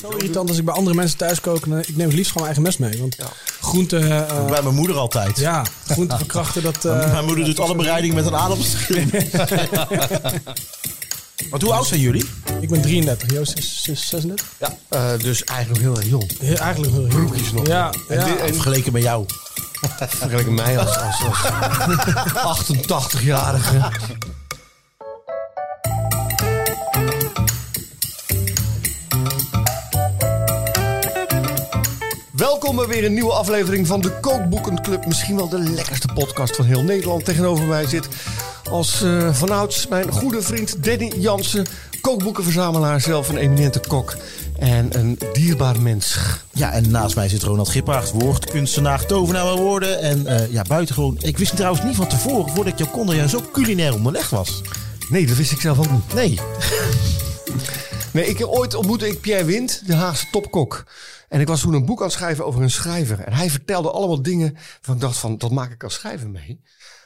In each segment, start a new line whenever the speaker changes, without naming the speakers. zo irritant als ik bij andere mensen thuis kook. eh, Ik neem het liefst gewoon mijn eigen mes mee. Want groente, eh,
Bij mijn moeder altijd.
ja, groente verkrachten, dat... eh,
Mijn moeder doet alle bereiding met een aardappelschil. Want hoe oud zijn jullie?
ik ben 33, Joost is, is 36.
Ja, eh, dus eigenlijk nog heel erg jong.
Heel- eigenlijk heel heel-
Broekjes nog.
Ja, ja.
dit- en-
Vergeleken met jou.
Vergeleken mij als, als, als 88-jarige. Welkom bij weer een nieuwe aflevering van de Kookboekenclub. Misschien wel de lekkerste podcast van heel Nederland. Tegenover mij zit als eh vanouds mijn goede vriend Danny Jansen. Kookboekenverzamelaar zelf, een eminente kok en een dierbaar mens.
Ja, en naast mij zit Ronald Gippaard, woordkunstenaar, tovenaar van woorden. En eh, ja, buitengewoon. Ik wist trouwens niet van tevoren, voordat ik jou kon, dat jij zo culinair onderlegd was.
Nee, dat wist ik zelf ook niet.
Nee.
Nee, ik, ooit ontmoette ik Pierre Wind, de Haagse topkok. En ik was toen een boek aan het schrijven over een schrijver. En hij vertelde allemaal dingen waarvan ik dacht van, dat maak ik als schrijver mee.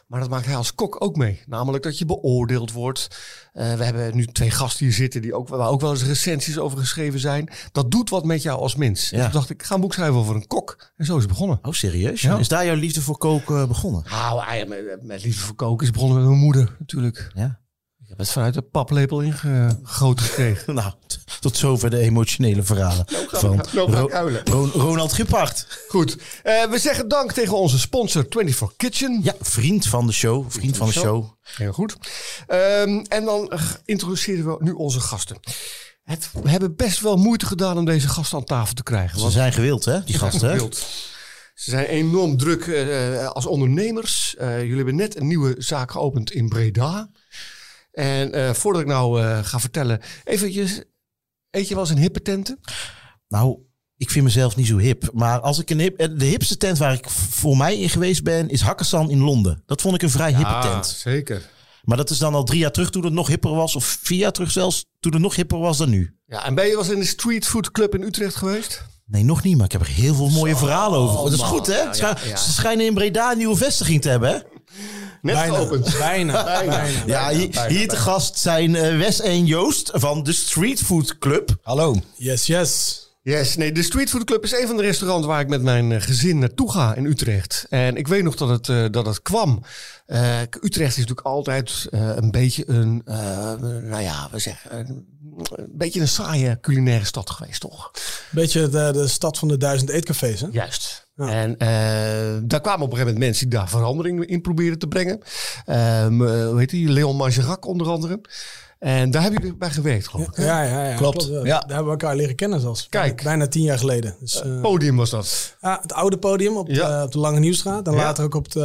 Maar dat maakt hij als kok ook mee. Namelijk dat je beoordeeld wordt. Eh, we hebben nu twee gasten hier zitten die ook, waar ook wel eens recensies over geschreven zijn. Dat doet wat met jou als mens. En
Ja.
toen dacht ik, ik ga een boek schrijven over een kok. En zo is het begonnen.
Oh, serieus?
Ja.
Is daar jouw liefde voor koken eh, begonnen?
Nou, hij- met, met liefde voor koken is begonnen met mijn moeder natuurlijk.
Ja.
Ik heb het vanuit de paplepel ingegoten gekregen.
Nou, t- tot zover de emotionele verhalen van
nou ga ik
Ro-
huilen.
Ron- Ronald Gippaard.
Goed, Eh, we zeggen dank tegen onze sponsor 24 Kitchen.
Ja, vriend van de show. Vriend van de show.
Heel goed. Ehm, en dan eh, introduceren we nu onze gasten. Het, we hebben best wel moeite gedaan om deze gasten aan tafel te krijgen.
Ze
want
zijn gewild, hè, die gasten. hè?
wild. Ze zijn enorm druk eh, als ondernemers. Eh, jullie hebben net een nieuwe zaak geopend in Breda. En eh, voordat ik nou eh, ga vertellen, eventjes, eet je wel eens een hippe tenten?
Nou, ik vind mezelf niet zo hip. Maar als ik een hip, eh, de hipste tent waar ik v- voor mij in geweest ben, is Hakkasan in Londen. Dat vond ik een vrij hippe tent.
zeker.
Maar dat is dan al drie jaar terug toen het nog hipper was. Of vier jaar terug zelfs, toen het nog hipper was dan nu.
Ja, en ben je wel eens in de Street Food Club in Utrecht geweest?
Nee, nog niet, maar ik heb er heel veel mooie verhalen over. Oh, dat is
man.
goed, hè?
Ja, ja,
Schij-
ja.
Ze schijnen in Breda een nieuwe vestiging te hebben, hè?
Net geopend.
Bijna, bijna.
Ja, hier, hier te gast zijn eh, Wes en Joost van de Street Food Club. Hallo.
Yes, yes.
Yes, nee, de Street Food Club is een van de restaurants waar ik met mijn eh, gezin naartoe ga in Utrecht. En ik weet nog dat het, eh, dat het kwam. Eh, k- Utrecht is natuurlijk altijd eh, een beetje een, eh, nou ja, we zeggen, een, een beetje een saaie culinaire stad geweest, toch?
Beetje de, de stad van de duizend eetcafés, hè?
Juist. En eh, daar kwamen op een gegeven moment mensen die daar verandering in probeerden te brengen. Ehm, eh, hoe heet die? Leon Margerac onder andere. En daar hebben jullie bij gewerkt, geloof ik. hè?
Ja, ja, ja.
Klopt,
eh,
ja.
Daar hebben we elkaar leren kennen zelfs.
Kijk.
Bijna tien jaar geleden. Dus, eh,
Podium was dat.
ja, het oude podium op,
Ja.
eh, op de Lange Nieuwstraat. En
Ja.
later ook op de,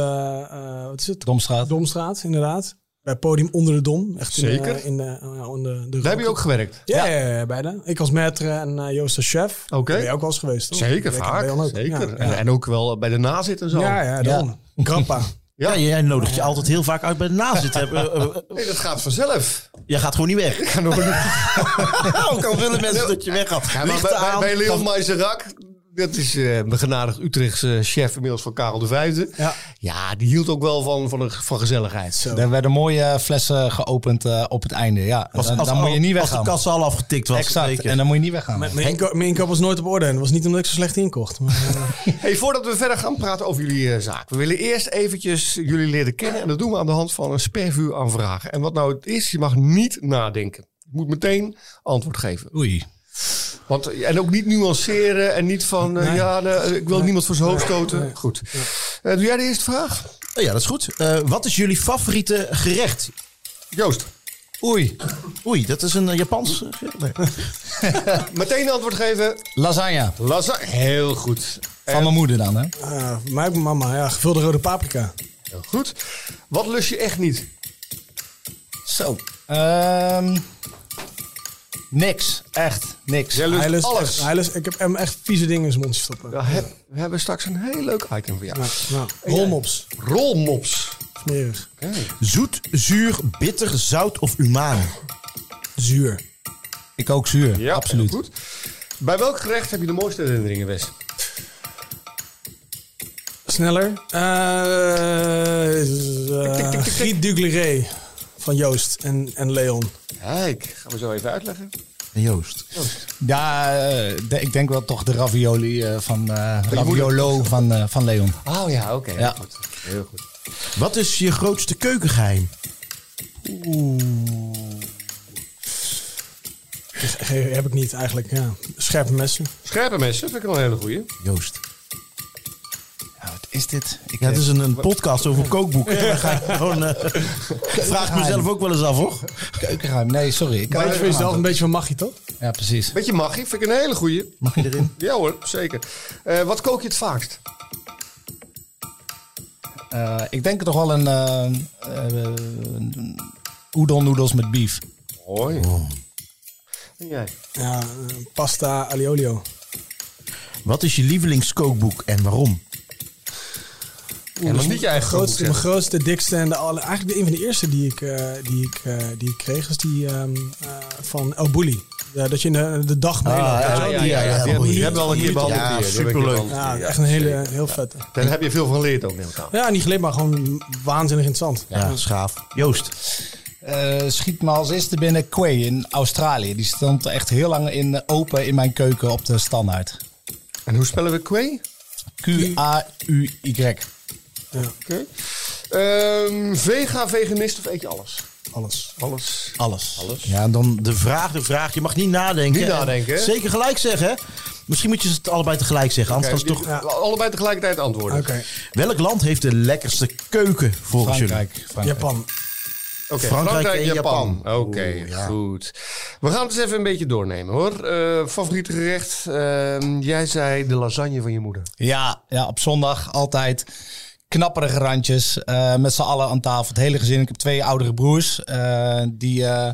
eh, wat is het?
Domstraat.
Domstraat, inderdaad. Bij podium onder de Dom. Echt in,
Zeker.
eh, In, de, eh, in de, de
Daar heb je ook gewerkt.
Ja, ja. ja, ja, beide. Ik als maître en eh, Joost als chef.
Oké.
Ben je ook wel eens geweest, toch?
Zeker,
Ik
vaak.
ben Jan ook.
Zeker.
Ja,
En,
ja.
en ook wel bij de nazit en zo.
ja, ja, dan. Grappa.
Ja, jij nodigt je altijd heel vaak uit bij de nazit. Eh, eh, eh,
Nee, dat gaat vanzelf.
Jij gaat gewoon niet weg.
Ja, maar bij,
Ook al willen mensen dat je weg gaat. Lichten
bij,
aan.
bij Leon Mazerak, dat is eh een begenadigd Utrechtse chef inmiddels van Karel V.
Ja.
Ja, die hield ook wel van, van, een- van gezelligheid.
Zo.
Er werden mooie eh, flessen geopend eh, op het einde. Ja,
Als-
dan,
als-
dan moet je niet
als
weggaan.
de kassa al afgetikt was.
exact.
zeker.
En dan moet je niet weggaan.
Mijn, mijn inko- mijn inkoop was nooit op orde en dat was niet omdat ik zo slecht inkocht. Maar, eh,
Hey, voordat we verder gaan praten over jullie eh, zaak. We willen eerst eventjes jullie leren kennen. En dat doen we aan de hand van een spervuur aan vragen. En wat nou het is, je mag niet nadenken. Je moet meteen antwoord geven.
Oei.
Want, en ook niet nuanceren en niet van, eh, ja, nee, ik wil niemand voor zijn hoofd stoten. Goed. Eh, doe jij de eerste vraag?
Ja, dat is goed. Eh, wat is jullie favoriete gerecht?
Joost,
Oei.
Oei, dat is een eh, Japans. eh, nee.
meteen antwoord geven.
Lasagne.
Lasagne. Heel goed.
Van mijn moeder dan, hè?
eh, voor mij ook mijn mama, ja, gevulde rode paprika.
Heel goed. Wat lust je echt niet?
Zo. Ehm, niks. Echt niks.
Jij lust
Hij lust
alles.
echt- hij lust- ik heb hem echt vieze dingen in zijn mond stoppen.
We, heb- we hebben straks een heel leuk item voor jou.
Nou, nou, rolmops.
Rolmops.
Smerig.
Zoet, zuur, bitter, zout of umami?
Zuur.
Ik ook zuur.
Ja,
absoluut.
heel goed. Bij welk gerecht heb je de mooiste herinneringen, Wes?
Sneller. Eh eh, Giet Dugleré van Joost en, en Leon.
Kijk, gaan we zo even uitleggen.
En Joost.
Ja, eh, de- ik denk wel toch de ravioli eh, van eh, Raviolo van, eh, van Leon.
Oh ja, oké.
Ja.
Goed. Heel goed.
Wat is je grootste keukengeheim?
Ge- ge- Dus, eh, heb ik niet eigenlijk, ja. Scherpe messen.
Scherpe messen vind ik wel een hele goeie.
Joost.
Ja, wat is dit? Ik,
Ja, het is een, een podcast over kookboeken. Dan ga ik gewoon, eh, vraag ik mezelf ook wel eens af, hoor.
keukenruim. Nee, sorry. Ik
Weet je voor jezelf een beetje van magie, toch?
Ja, precies.
Beetje magie, vind ik een hele goeie.
Mag je erin?
Ja hoor, zeker. Eh, wat kook je het vaakst?
Eh, ik denk toch wel een eh, eh, een udon noedels met beef.
Hoi.
Oh.
En jij?
Ja, eh, pasta aliolio.
Wat is je lievelingskookboek en waarom?
en dat is niet je eigen
Grootste, mijn
kookboek,
grootste, dikste en de alle, eigenlijk de, een van de eerste die ik, eh, die ik, eh, die ik kreeg is die ehm, eh, van El Bulli. Ja, dat je in de, de dag meeloopt.
ja,
weet je wel?
zeg. Ja, ja,
Die-
ja, ja. Die,
Heel
heb- die
goed.
hebben we al een keer
Goed.
behandeld.
Ja,
hier. Die hebben we een keer
superleuk.
behandeld
ja,
hier,
echt een hele
zeker.
heel vette.
Daar heb je veel van geleerd ook, neem ik aan.
Ja, niet geleerd, maar gewoon waanzinnig interessant.
Ja, schaaf. Joost.
Eh, schiet me als eerste binnen Quay in Australië. Die stond echt heel lang in, eh, open in mijn keuken op de standaard.
En hoe spellen we kwee?
Q-A-U-Y.
Oké. Ehm, vega, veganist of eet je alles?
Alles.
Alles.
Alles.
Ja, en dan de vraag, de vraag. Je mag niet nadenken.
Niet
En
nadenken, hè?
Zeker gelijk zeggen, hè? Misschien moet je het allebei tegelijk zeggen. Anders
Kijk,
is het toch...
die- Allebei tegelijkertijd antwoorden.
Oké.
Welk land heeft de lekkerste keuken volgens jullie?
Frankrijk. Frankrijk.
Japan.
Oké,
Frankrijk
Frankrijk,
en
en Japan.
Japan.
Oké,
Oeh, ja.
goed. We gaan het eens even een beetje doornemen hoor. Eh favoriet gerecht? Ehm, jij zei de lasagne van je moeder.
Ja, ja, op zondag altijd knapperige randjes. eh, met z'n allen aan tafel. Het hele gezin. Ik heb twee oudere broers. eh, die eh,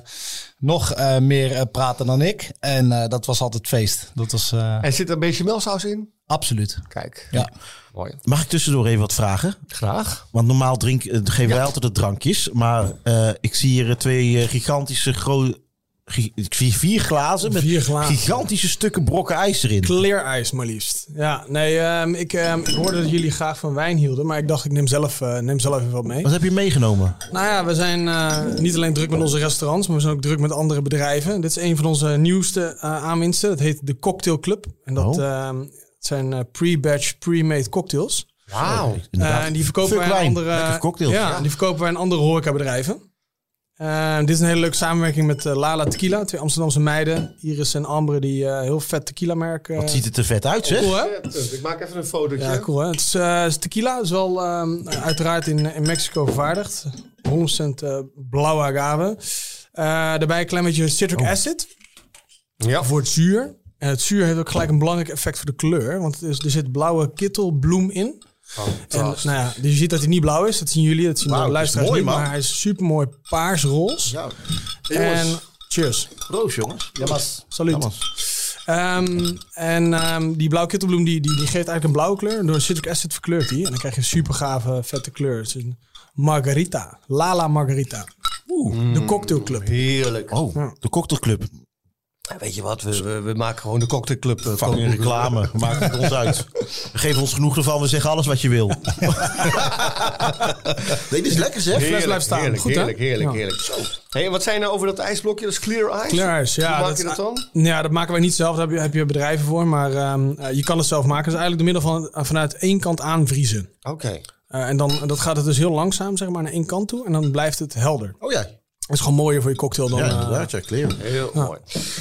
nog eh, meer eh, praten dan ik. En eh, dat was altijd feest. Dat was eh,
En zit er bechamelsaus in?
absoluut.
Kijk.
Ja.
Mooi.
Mag ik tussendoor even wat vragen?
Graag.
Want normaal drink, eh, geven wij altijd de drankjes. Maar eh, ik zie hier eh, twee eh, gigantische grote... Ik zie vier glazen met
Vier glazen.
gigantische stukken brokken ijs erin.
Kleerijs maar liefst. Ja, nee, ehm, ik, ehm, ik hoorde dat jullie graag van wijn hielden, maar ik dacht ik neem zelf, eh, neem zelf even wat mee.
Wat heb je meegenomen?
Nou ja, we zijn eh, niet alleen druk met onze restaurants, maar we zijn ook druk met andere bedrijven. Dit is een van onze nieuwste eh, aanwinsten. Dat heet de Cocktail Club. En dat
Oh.
ehm, het zijn eh, pre-batch, pre-made cocktails.
Wauw.
Inderdaad.
Eh, en die verkopen
Fuck
wij aan
wijn,
andere
lekker cocktails.
Ja,
Ja.
en die verkopen wij aan andere horecabedrijven. Eh, dit is een hele leuke samenwerking met eh, Lala Tequila, twee Amsterdamse meiden, Iris en Ambre, die eh, heel vet tequila merk. eh,
Wat ziet het er vet uit, zeg.
cool, Oh, hè?
Ik maak even een fotootje.
Ja, cool hè. Het is, eh, is tequila, is wel ehm, uiteraard in, in Mexico vervaardigd. 100% eh, blauwe agave. Eh, daarbij een klein beetje citric
Oh.
acid
Ja.
voor het zuur. En het zuur heeft ook gelijk een belangrijk effect voor de kleur. Want het is, er zit blauwe kittelbloem in.
Oh,
En, nou ja, dus je ziet dat hij niet blauw is. Dat zien jullie, dat zien
Wauw,
de
het is
luisteraars
mooi,
niet.
man.
Maar hij is super mooi paarsroze.
Ja,
en cheers.
proost, jongens.
Jamas.
Salut. Ehm, en ehm, die blauwe kittelbloem die, die, die geeft eigenlijk een blauwe kleur. En door citric acid verkleurt die. En dan krijg je een super gave, vette kleur. Het is een margarita. Lala margarita. Oeh. De cocktailclub.
Heerlijk.
Oh, de cocktailclub.
Weet je wat? We, we, we maken gewoon de cocktailclub. eh,
Fucking
kookboek.
reclame. Maakt het ons uit. Geef ons genoeg ervan. We zeggen alles wat je wil. nee, dit is lekker, zeg.
fles blijft staan.
Heerlijk,
Goed, hè?
heerlijk, heerlijk,
Ja.
heerlijk. Zo. Hey, wat zijn nou over dat ijsblokje? Dat is clear ice.
Clear Ice, ja.
Hoe maak je
is-
dat dan?
Ja, dat maken wij niet zelf. Daar heb je, heb je bedrijven voor. Maar ehm, eh, je kan het zelf maken. Dus eigenlijk door middel van, eh, vanuit één kant aanvriezen.
Oké.
Eh, en dan dat gaat het dus heel langzaam zeg maar, naar één kant toe. En dan blijft het helder.
Oh ja.
Dat is gewoon mooier voor je cocktail dan...
Ja,
eh,
inderdaad. Ja, clear.
Heel mooi.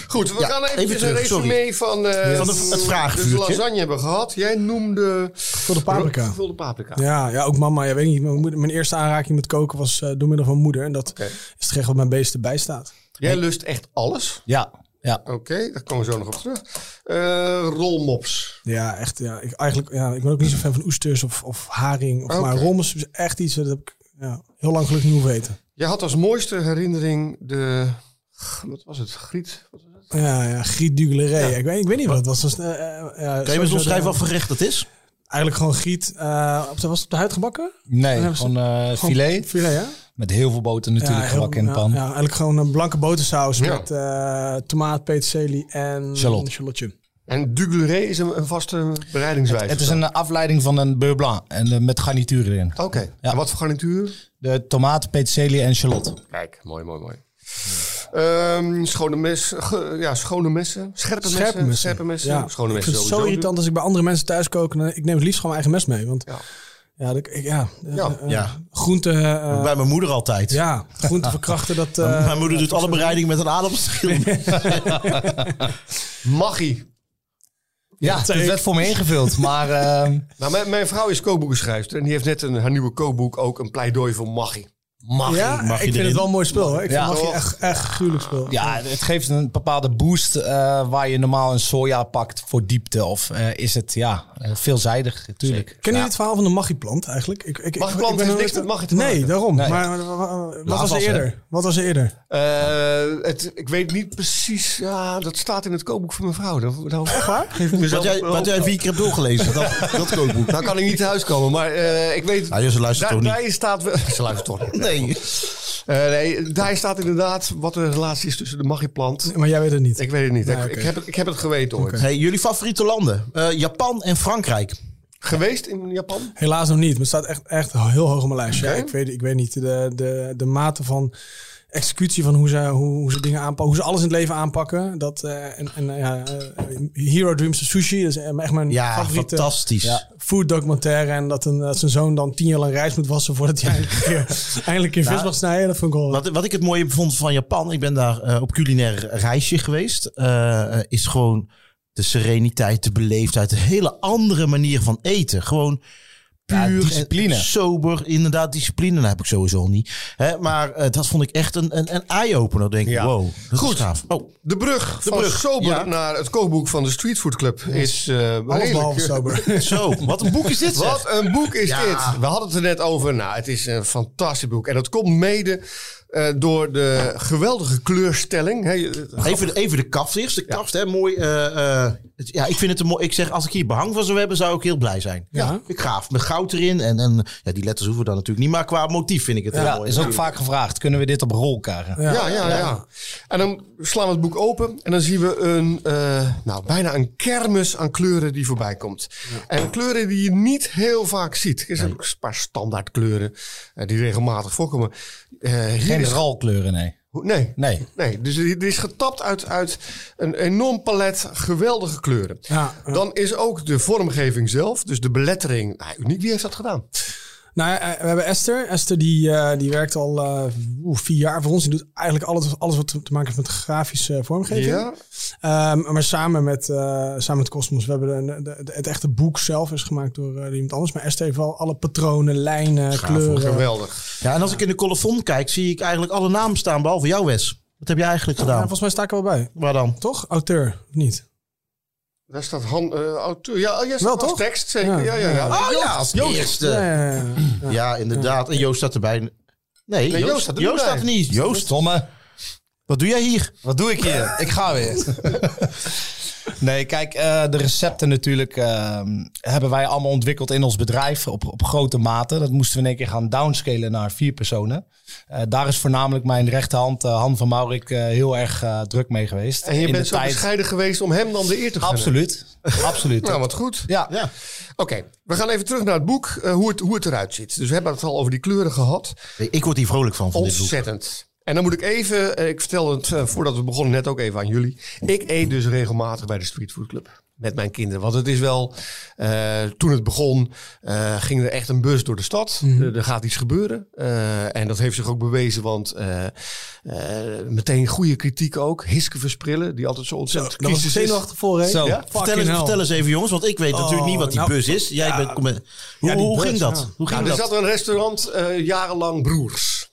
Goed, we
Ja,
gaan even,
even
een
terug, sorry.
resume van, eh,
Van de- het vraagvuurtje.
Dus lasagne hebben we gehad. Jij noemde...
Gevulde paprika.
Gevulde paprika.
Ja, ja, ook mama. Ja, weet ik niet. Mijn, moeder- mijn eerste aanraking met koken was eh, door middel van moeder. En dat is het gerecht wat mijn beesten bijstaat.
Jij lust echt alles.
Ja, ja.
Oké, daar komen we zo nog op terug. Eh, rolmops.
Ja, echt. Ja, ik, eigenlijk, ja, ik ben ook niet zo fan van oesters of, of haring. Of,
Oké.
Maar rommels is echt iets dat heb ik ja, heel lang gelukkig niet hoeven eten.
Jij had als mooiste herinnering de... g- Wat was het? Griet? Wat was het?
Ja, ja Griet Dugleré. Ik, weet, ik weet niet wat het was. Dat was, eh, eh, ja,
Kan je me
sowieso
eens schrijven
de-
wat voor gerecht dat is?
Eigenlijk gewoon Griet. eh, op de, was het op de huid gebakken?
Nee,
hebben ze-
gewoon eh,
Gewoon
filet.
Filet, ja.
Met heel veel boter natuurlijk
ja,
gebakken in de
ja,
pan.
Ja, eigenlijk gewoon een blanke botersaus
Ja.
met eh, tomaat, peterselie en
Charlotte.
Charlotte.
En Dugleré is een, een vaste bereidingswijze.
Het is een eh, afleiding van een beurre blanc. En eh, met garnituur erin.
Oké, en wat voor garnituur?
De tomaten, peterselie en shallot.
Kijk, mooi, mooi, mooi. Ehm, schone, mes, ge- ja, schone messen. Scherpe,
Scherpe
messen.
messen.
Scherpe messen.
Ja.
Schone
Ik
messen
vind het zo
sowieso.
irritant als ik bij andere mensen thuis kook. en, eh, Ik neem het liefst gewoon mijn eigen mes mee. Want
Ja.
ja, dat, ik, ja, eh,
Ja.
eh,
Ja.
groente... eh,
Bij mijn moeder altijd.
ja, groente verkrachten, dat... eh,
mijn moeder doet alle bereiding met een ademschil.
Maggie.
Ja, het
zei ik.
werd voor me ingevuld, maar ehm,
Nou, mijn, mijn vrouw is kookboekenschrijfster. En die heeft net een, haar nieuwe kookboek ook een pleidooi voor Maggie. Maggie.
ja,
mag je
ik vind
erin?
het wel een mooi spel. Hoor. Ik
Ja.
vind Maggi echt, echt een gruwelijk spel.
ja, het geeft een bepaalde boost eh, waar je normaal een soja pakt voor diepte. Of eh, is het, ja, eh, veelzijdig, natuurlijk.
Ken je
Ja.
het verhaal van de maggieplant eigenlijk? Ik, ik, ik-
Maggieplant
ik ben
heeft
er
niks
nooit-
met maggi te maken.
Nee, daarom.
Nee.
Maar eh,
Nou,
wat was er
Laatwas, hè?
eerder? Wat was er eerder?
Eh, het, ik weet niet precies. Ja, dat staat in het kookboek van mijn vrouw. Dat, dat, Echt waar?
Wat jij, wat jij vier keer hebt doorgelezen, dat, dat kookboek.
Nou kan ik niet thuiskomen, maar eh, ik weet...
Ah, joh, ze luistert
daar,
toch niet?
daarin staat... wel- Ze luistert toch niet.
Nee.
Eh, nee, daar staat inderdaad wat de relatie is tussen de magieplant.
Maar jij weet het niet.
Ik weet het niet.
Nou,
ik,
oké.
ik, heb het, ik heb het geweten ooit.
Hey, jullie favoriete landen? Eh, Japan en Frankrijk.
Geweest in Japan?
Helaas nog niet, maar het staat echt, echt heel hoog op mijn lijstje.
Oké.
Ik, weet, ik weet niet, de, de, de mate van executie van hoe ze, hoe, hoe ze dingen aanpakken, hoe ze alles in het leven aanpakken. Dat, eh, en, en, eh, ja, eh, Hero Dreams of Sushi, dat is eh, echt mijn
Ja,
favoriete
fantastisch.
Ja.
food documentaire. En dat, een, dat zijn zoon dan tien jaar lang reis moet wassen voordat hij eindelijk een keer, eindelijk een keer vis mag snijden. Dat vond ik wel...
Wat, wat ik het mooie vond van Japan, ik ben daar eh, op culinair reisje geweest, eh, eh, is gewoon de sereniteit, de beleefdheid, een hele andere manier van eten. Gewoon puur
Ja,
en
discipline.
sober, inderdaad discipline. Nou, heb ik sowieso niet. Hè, maar eh, dat vond ik echt een, een, een eye-opener. Denk ik,
Ja.
wow, dat
Goed.
is gaaf. Oh,
De brug van
brug,
sober
ja.
naar het kookboek van de Street Food Club is... eh
Alles
redelijk-
behalve sober.
zo, wat een boek is dit zeg.
Wat een boek is
Ja.
dit. We hadden het er net over. Nou, het is een fantastisch boek. En dat komt mede eh, door de geweldige kleurstelling. Hè, je-
Even, de- even de kaft eerst. De kaft, hè, mooi. eh, eh, het- ja, ik vind het een mooi. Ik zeg, als ik hier behang van zou hebben, zou ik heel blij zijn.
Ja.
ik gaaf. Met goud erin. En, en ja, die letters hoeven dan natuurlijk niet. Maar qua motief vind ik het heel
Ja,
mooi.
is ook vaak gevraagd. Kunnen we dit op rol krijgen?
Ja.
Ja, ja, ja, En dan slaan we het boek open en dan zien we een, eh, nou, bijna een kermis aan kleuren die voorbij komt. En kleuren die je niet heel vaak ziet. Er zijn ook een paar standaard kleuren eh, die regelmatig voorkomen. Eh, hier
Geen
is,
rolkleuren, nee.
nee,
Nee.
nee. Dus er is getapt uit, uit een enorm palet geweldige kleuren.
Ja, ja.
Dan is ook de vormgeving zelf, dus de belettering. Nou, uniek, wie heeft dat gedaan?
Nou, ja, eh, we hebben Esther. Esther die, eh, die werkt al eh, oeh, vier jaar voor ons. Die doet eigenlijk alles, alles wat te maken heeft met grafische eh, vormgeving.
Ja,
Ehm, maar samen met, eh, samen met Cosmos, we hebben een- de, de- het echte boek zelf is gemaakt door eh, iemand anders. Maar Esther heeft wel alle patronen, lijnen, kleuren.
geweldig.
Ja, en als ik in de colofon kijk, zie ik eigenlijk alle namen staan. Behalve jou, Wes. Wat heb jij eigenlijk
Ja,
gedaan?
volgens mij sta ik er wel bij.
Waar dan?
Toch? Auteur, of niet?
Daar staat Han, eh, auteur. Ja, oh, ja,
Wel,
staat als
toch?
tekst zeker.
Ja. Ah,
Ja, ja, ja.
Oh ja, als eerste.
Ja, ja, ja, ja.
Ja, inderdaad. En Joost staat erbij. Nee, Joost,
Joost
staat
staat
er,
er
Joost
niet bij.
staat er niet. Joost,
Stomme.
wat doe jij hier?
Wat doe ik hier? Ik ga weer. Nee, kijk, eh, de recepten natuurlijk eh, hebben wij allemaal ontwikkeld in ons bedrijf op, op grote mate. Dat moesten we in één keer gaan downscalen naar vier personen. Eh, daar is voornamelijk mijn rechterhand, eh, Han van Maurik, eh, heel erg eh, druk mee geweest.
En je
in
bent
de
zo bescheiden geweest om hem dan de eer te gunnen.
Absoluut. Absoluut.
Nou, wat goed.
Ja.
Ja.
Oké, we gaan even terug naar het boek, eh, hoe, het, hoe het eruit ziet. Dus we hebben het al over die kleuren gehad.
Nee, ik word hier vrolijk van, van dit boek.
Ontzettend. En dan moet ik even, eh, ik vertelde het eh, voordat we begonnen net ook even aan jullie. Ik eet dus regelmatig bij de Street Food Club met mijn kinderen. Want het is wel, eh, toen het begon, eh, ging er echt een bus door de stad. Er- Er gaat iets gebeuren. Eh, en dat heeft zich ook bewezen, want eh, eh, meteen goede kritiek ook. Hiske Versprillen, die altijd zo
Dat
ontzettend
was
kritisch is.
zenuwachtig voor, hè?
Zo.
Ja?
Vertel
Vertel
Fucking
eens,
hell.
vertel eens even, jongens, want ik weet natuurlijk niet wat die
nou,
bus is. Jij bent, kom- hoe
die
hoe
bus,
ging dat?
ja. dus
Hoe ging
Nou, er
dat?
zat een restaurant eh, jarenlang broers.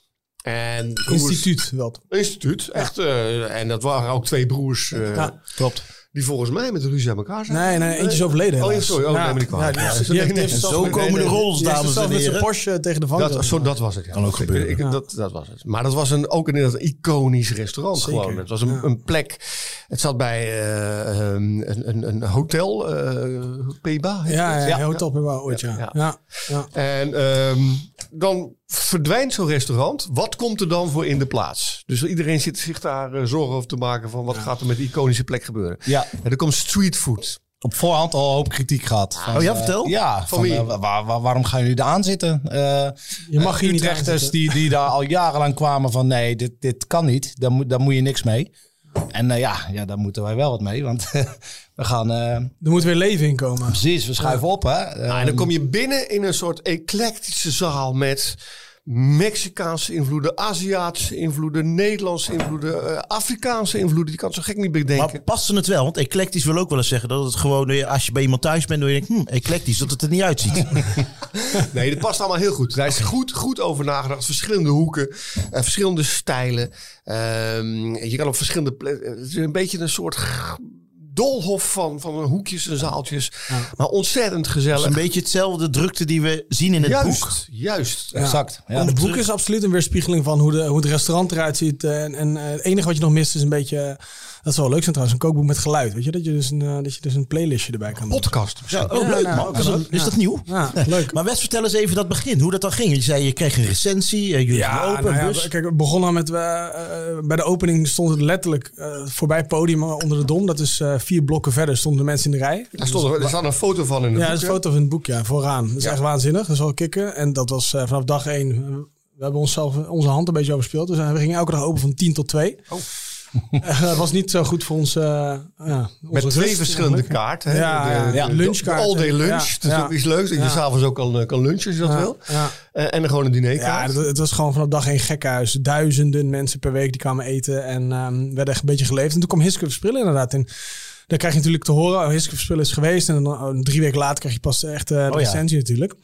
En broers-
Instituut, wel.
Instituut, echt. eh, en dat waren ook twee broers eh,
Ja, klopt.
die volgens mij met ruzie aan elkaar zijn.
Nee, nee, eentje is overleden.
Oh, ja,
helaas.
sorry. Oh,
Ja.
neem me niet kwalijk.
Ja, die
Ja,
is-
dus
die heeft-
nee,
die heeft
nee,
zelf-
Zo
die
komen de
nee, nee.
rols,
heeft
dames
zelf
en
met zijn
heren.
Porsche tegen de vangrail.
Dat, zo, dat was het. Ja.
Kan ook
Ik-
gebeuren.
ik-
Ja.
dat, dat was het. Maar dat was een, ook inderdaad een iconisch restaurant.
Zeker,
Gewoon. Het was een,
ja.
een plek. Het zat bij eh, ehm, een, een, een hotel, eh Peba. heet
Ja,
het?
ja, heel top. wel ooit,
Ja.
ja. ja. ja.
En ehm, dan verdwijnt zo'n restaurant. Wat komt er dan voor in de plaats? Dus iedereen zit zich daar eh, zorgen over te maken van wat gaat er met die iconische plek gebeuren.
Ja.
En er komt streetfood.
op voorhand al een hoop kritiek gehad. Van,
Oh ja,
eh,
vertel.
ja, van,
wie?
eh, wa- wa- wa- waarom gaan jullie daar aan zitten? Eh,
Je mag
eh,
hier niet aan
Utrechters
zitten.
die, die daar al jarenlang kwamen van nee, dit, dit kan niet. Daar moet, daar moet je niks mee. En eh, ja, ja, daar moeten wij wel wat mee. Want we gaan... eh,
Er moet weer leven in komen.
precies, we schuiven op hè. Eh,
Ah, en dan kom je binnen in een soort eclectische zaal met Mexicaanse invloeden, Aziatische invloeden, Nederlandse invloeden, eh, Afrikaanse invloeden. Die kan het zo gek niet bedenken.
Maar past het wel? Want eclectisch wil ook wel eens zeggen dat het gewoon, eh, als je bij iemand thuis bent, dan denk je, hm, eclectisch, dat het er niet uitziet.
Nee, dat past allemaal heel goed. Daar is goed, goed over nagedacht. Verschillende hoeken, eh, verschillende stijlen. Ehm, je kan op verschillende plekken. Het is een beetje een soort g- dolhof van, van hoekjes en zaaltjes. Maar ontzettend
Dat is
gezellig.
een beetje hetzelfde drukte die we zien in het
dus-
boek.
Juist, juist.
Exact. Ja.
Ons boek is absoluut een weerspiegeling van hoe, de, hoe het restaurant eruit ziet. En, en eh, het enige wat je nog mist is een beetje... eh, Dat zou wel leuk zijn trouwens, een kookboek met geluid. Weet je, dat je dus een, eh, dat je dus een playlistje erbij kan doen.
Podcast.
Ja, oh,
Ja,
leuk
nou,
man.
ook
Is dat,
leuk.
is
Ja.
dat nieuw?
Ja,
Nee.
leuk.
Maar Wes, vertel eens even dat begin, hoe dat dan ging. Je zei, je kreeg een recensie, eh, jullie
Ja,
ja, open,
nou ja,
bus.
kijk, we begonnen met... eh, eh, bij de opening stond het letterlijk eh, voorbij het podium eh, onder de dom. Dat is eh, vier blokken verder stonden de mensen in de rij.
Daar stond, er er staat een foto van in de
Ja, dat is een
boek,
foto van het boek, ja, vooraan. Dat is echt waanzinnig. Dat is wel kicken. En dat was eh, vanaf dag één. eh, We hebben onszelf onze hand een beetje overspeeld. Dus eh, we gingen elke dag open van 10 tot 2.
Oh.
Eh, Dat was niet zo goed voor ons. eh, ja,
hè?
onze
Met twee
rust,
verschillende
eigenlijk.
kaarten. hè?
Ja, ja, ja. Lunchkaart,
All day
hè?
lunch.
Ja,
Dat is
ja.
ook iets leuks. Dat je
Ja.
s'avonds ook kan, eh, kan lunchen als je dat wil.
Ja, ja.
Eh, en dan gewoon een
Ja,
dinerkaart.
het, het was gewoon vanaf dag één gekkenhuis. Duizenden mensen per week die kwamen eten en ehm werden echt een beetje geleefd. En toen kwam Hiske Verspillen inderdaad. En dan krijg je natuurlijk te horen, oh, Hiske Verspillen is geweest. En dan, oh, drie weken later krijg je pas echt
Oh
eh de
ja.
recensie natuurlijk.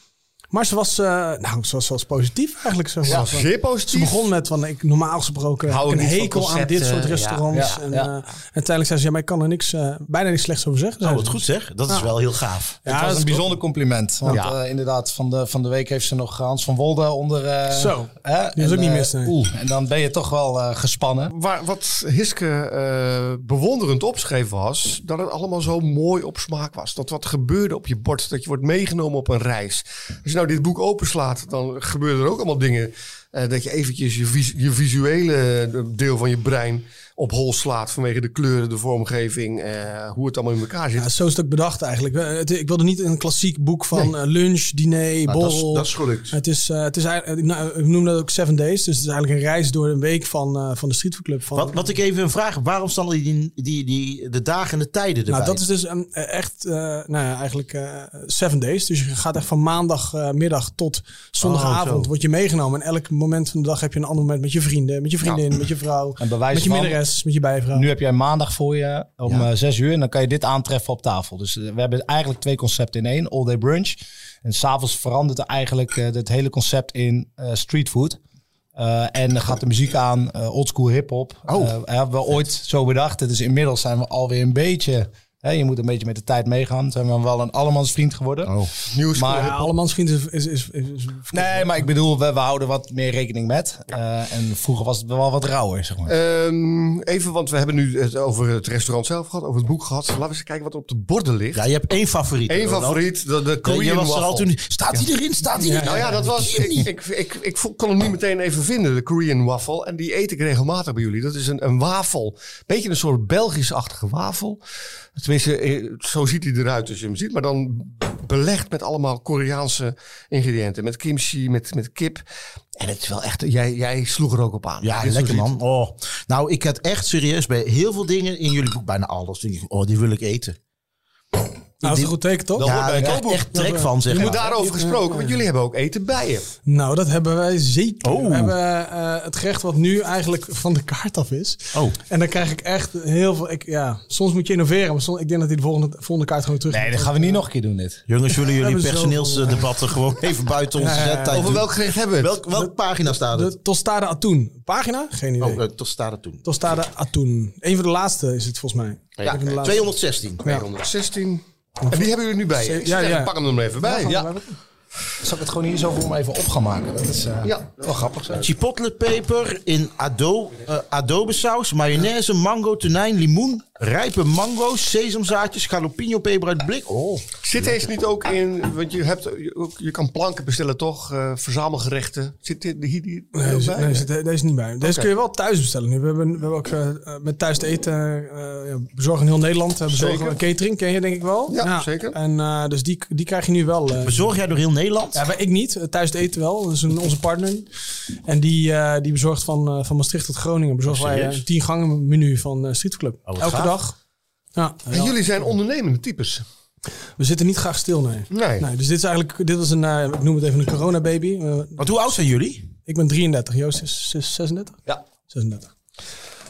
Maar ze was, eh, nou, ze was, ze was positief eigenlijk. Ze, eh,
Ze was
ze-
zeer
ze
positief.
begon met van, ik, normaal gesproken heb
Hou
ik een
niet van
hekel aan dit soort
concepten,
restaurants.
ja,
en,
ja.
eh, en uiteindelijk zei ze, ja, maar ik kan er niks, eh, bijna niks slechts over zeggen.
Nou,
Oh,
zei
wat
ze.
goed zeg. Dat is
Ja.
wel heel gaaf.
Ja,
het was
dat
een
klopt.
bijzonder compliment. Want
Ja.
eh, inderdaad, van de, van de week heeft ze nog Hans van Wolde onder... eh,
Zo,
hè?
die is
En,
ook niet
eh,
mis, nee.
oeh, en dan ben je toch wel eh, gespannen.
Waar, wat Hiske eh, bewonderend opschreef was dat het allemaal zo mooi op smaak was. Dat wat gebeurde op je bord, dat je wordt meegenomen op een reis. Als je nou dit boek openslaat, dan gebeuren er ook allemaal dingen. eh, dat je eventjes je, vis- je visuele eh, deel van je brein op hol slaat vanwege de kleuren, de vormgeving, eh, hoe het allemaal in elkaar zit.
Ja, zo is het ook bedacht eigenlijk. Eh, het- Ik wilde niet een klassiek boek van eh, lunch, diner,
Nou, dat, is,
borrel.
dat is gelukt.
Het is, eh, het is eigenlijk, nou, ik noem dat ook Seven Days. Dus het is eigenlijk een reis door een week van, eh, van de streetfoodclub. Van,
Wat, wat ik even een vraag, waarom staan al die, die, die, de dagen en de tijden erbij?
nou, dat is dus een, eh, echt, eh, nou ja, eigenlijk eh, Seven Days. Dus je gaat echt van maandagmiddag tot
Oh,
zondagavond
zo.
word je meegenomen. En elk moment van de dag heb je een ander moment met je vrienden, met je vriendin, met je vrouw,
En bij wijze
met je
van- Nou,
minnares, met je bijvrouw.
Nu heb jij maandag voor je om eh, zes uur. En dan kan je dit aantreffen op tafel. Dus eh, we hebben eigenlijk twee concepten in één. All day brunch. En s'avonds verandert er eigenlijk eh, het hele concept in eh street food. Eh, en dan gaat de muziek aan, eh oldschool hip-hop.
Oh.
Eh, hebben we ooit zo bedacht. Dus inmiddels zijn we alweer een beetje. Hè, je moet een beetje met de tijd meegaan. Zijn we wel een allemansvriend geworden.
Nieuws.
Maar
ja, allemaal misschien is, is, is, Nou, is-
nee, maar ik bedoel, we, we houden wat meer rekening met. Eh, en vroeger was het wel wat rauwer, zeg maar.
Ehm, even, want we hebben nu het over het restaurant zelf gehad, over het boek gehad. Laten we eens kijken wat er op de borden ligt.
Ja, je hebt één favoriet.
Eén
Ronald.
favoriet, de, de
Ja,
Korean
Eh, je was er
waffle.
al toen. Staat hij erin? Staat hij erin?
Nou ja, dat was. Ik, ik, ik, ik vo- kon hem niet meteen even vinden, de Korean waffle. En die eet ik regelmatig bij jullie. Dat is een, een wafel. Beetje een soort Belgisch-achtige wafel. Tenminste, eh, zo ziet hij eruit als je hem ziet. Maar dan belegd met allemaal Koreaanse ingrediënten. Met kimchi, met, met kip. En het is wel echt. Jij, jij sloeg er ook op aan.
Ja,
Dit
lekker
soort-
man. Oh. Nou, ik had echt serieus bij heel veel dingen in jullie boek, bijna alles. Denk ik, oh, die wil ik eten.
nou, dat is
die-
een goed teken toch?
Dat hoort
ja,
bij
daar
het
krijg ik
kookboek.
echt trek van, zeg
Je
maar.
moet daarover gesproken, want jullie hebben ook eten bij je.
Nou, dat hebben wij zeker.
Oh.
We hebben eh, het gerecht wat nu eigenlijk van de kaart af is.
Oh.
En dan krijg ik echt heel veel. Ik, ja, soms moet je innoveren, maar soms, ik denk dat die de volgende, volgende kaart gewoon terug.
Nee, dat gaan we niet nog een keer doen, dit.
Jongens, willen jullie
hebben
personeelsdebatten gewoon even buiten onze
Ja, ja, ja.
zendtijd
Over
doen?
welk gerecht hebben we het?
Welk, welke pagina staat het?
De Tostada Atoen. Pagina? Geen idee.
Oh, eh, tot staat het toen.
Tostada Atoen. Een van de laatste is het volgens mij.
Ja,
Een van de laatste.
216.
216. En die hebben jullie nu bij je. Ik
Ja,
zeg,
ja.
Pak hem er maar even bij.
Ja. Zal ik het gewoon hier zo voor hem even op gaan maken? Dat is eh,
Ja.
wel grappig. Zo.
Chipotle peper in ado, eh, adobe saus, mayonaise, mango, tonijn, limoen, Rijpe mango's, sesamzaadjes, jalapeno peper uit blik. Oh,
Zit deze niet ook in, want je, hebt, je, ook- je kan planken bestellen toch, eh, verzamelgerechten. Zit dit hier, hier
Nee,
ook
zit-
bij?
nee, zit- deze is niet bij. Deze kun je wel thuis bestellen. Nu, we, hebben, we hebben ook eh, eh, met thuis te eten, eh, ja, bezorgen in heel Nederland. eh, bezorgen
Zeker.
catering, ken je denk ik wel.
Ja, zeker.
En eh, dus die, die krijg je nu wel. eh.
bezorg jij door heel Nederland?
ja, maar ik niet. Eh, Thuis te eten wel. Dat is een, onze partner. En die, eh, die bezorgt van, eh, van Maastricht tot Groningen. Bezorgen
Oh,
wij eh,
serieus? Oh,
een tien gangen menu van eh Street Club.
wat
Elke
gaaf.
dag. Ja,
En
ja.
jullie zijn ondernemende types.
We zitten niet graag stil, nee.
Nee.
Nee, dus dit is eigenlijk, dit was een, eh, ik noem het even een coronababy. Eh,
Want hoe oud zijn jullie?
ik ben 33, Joost is zes- 36?
Ja.
36.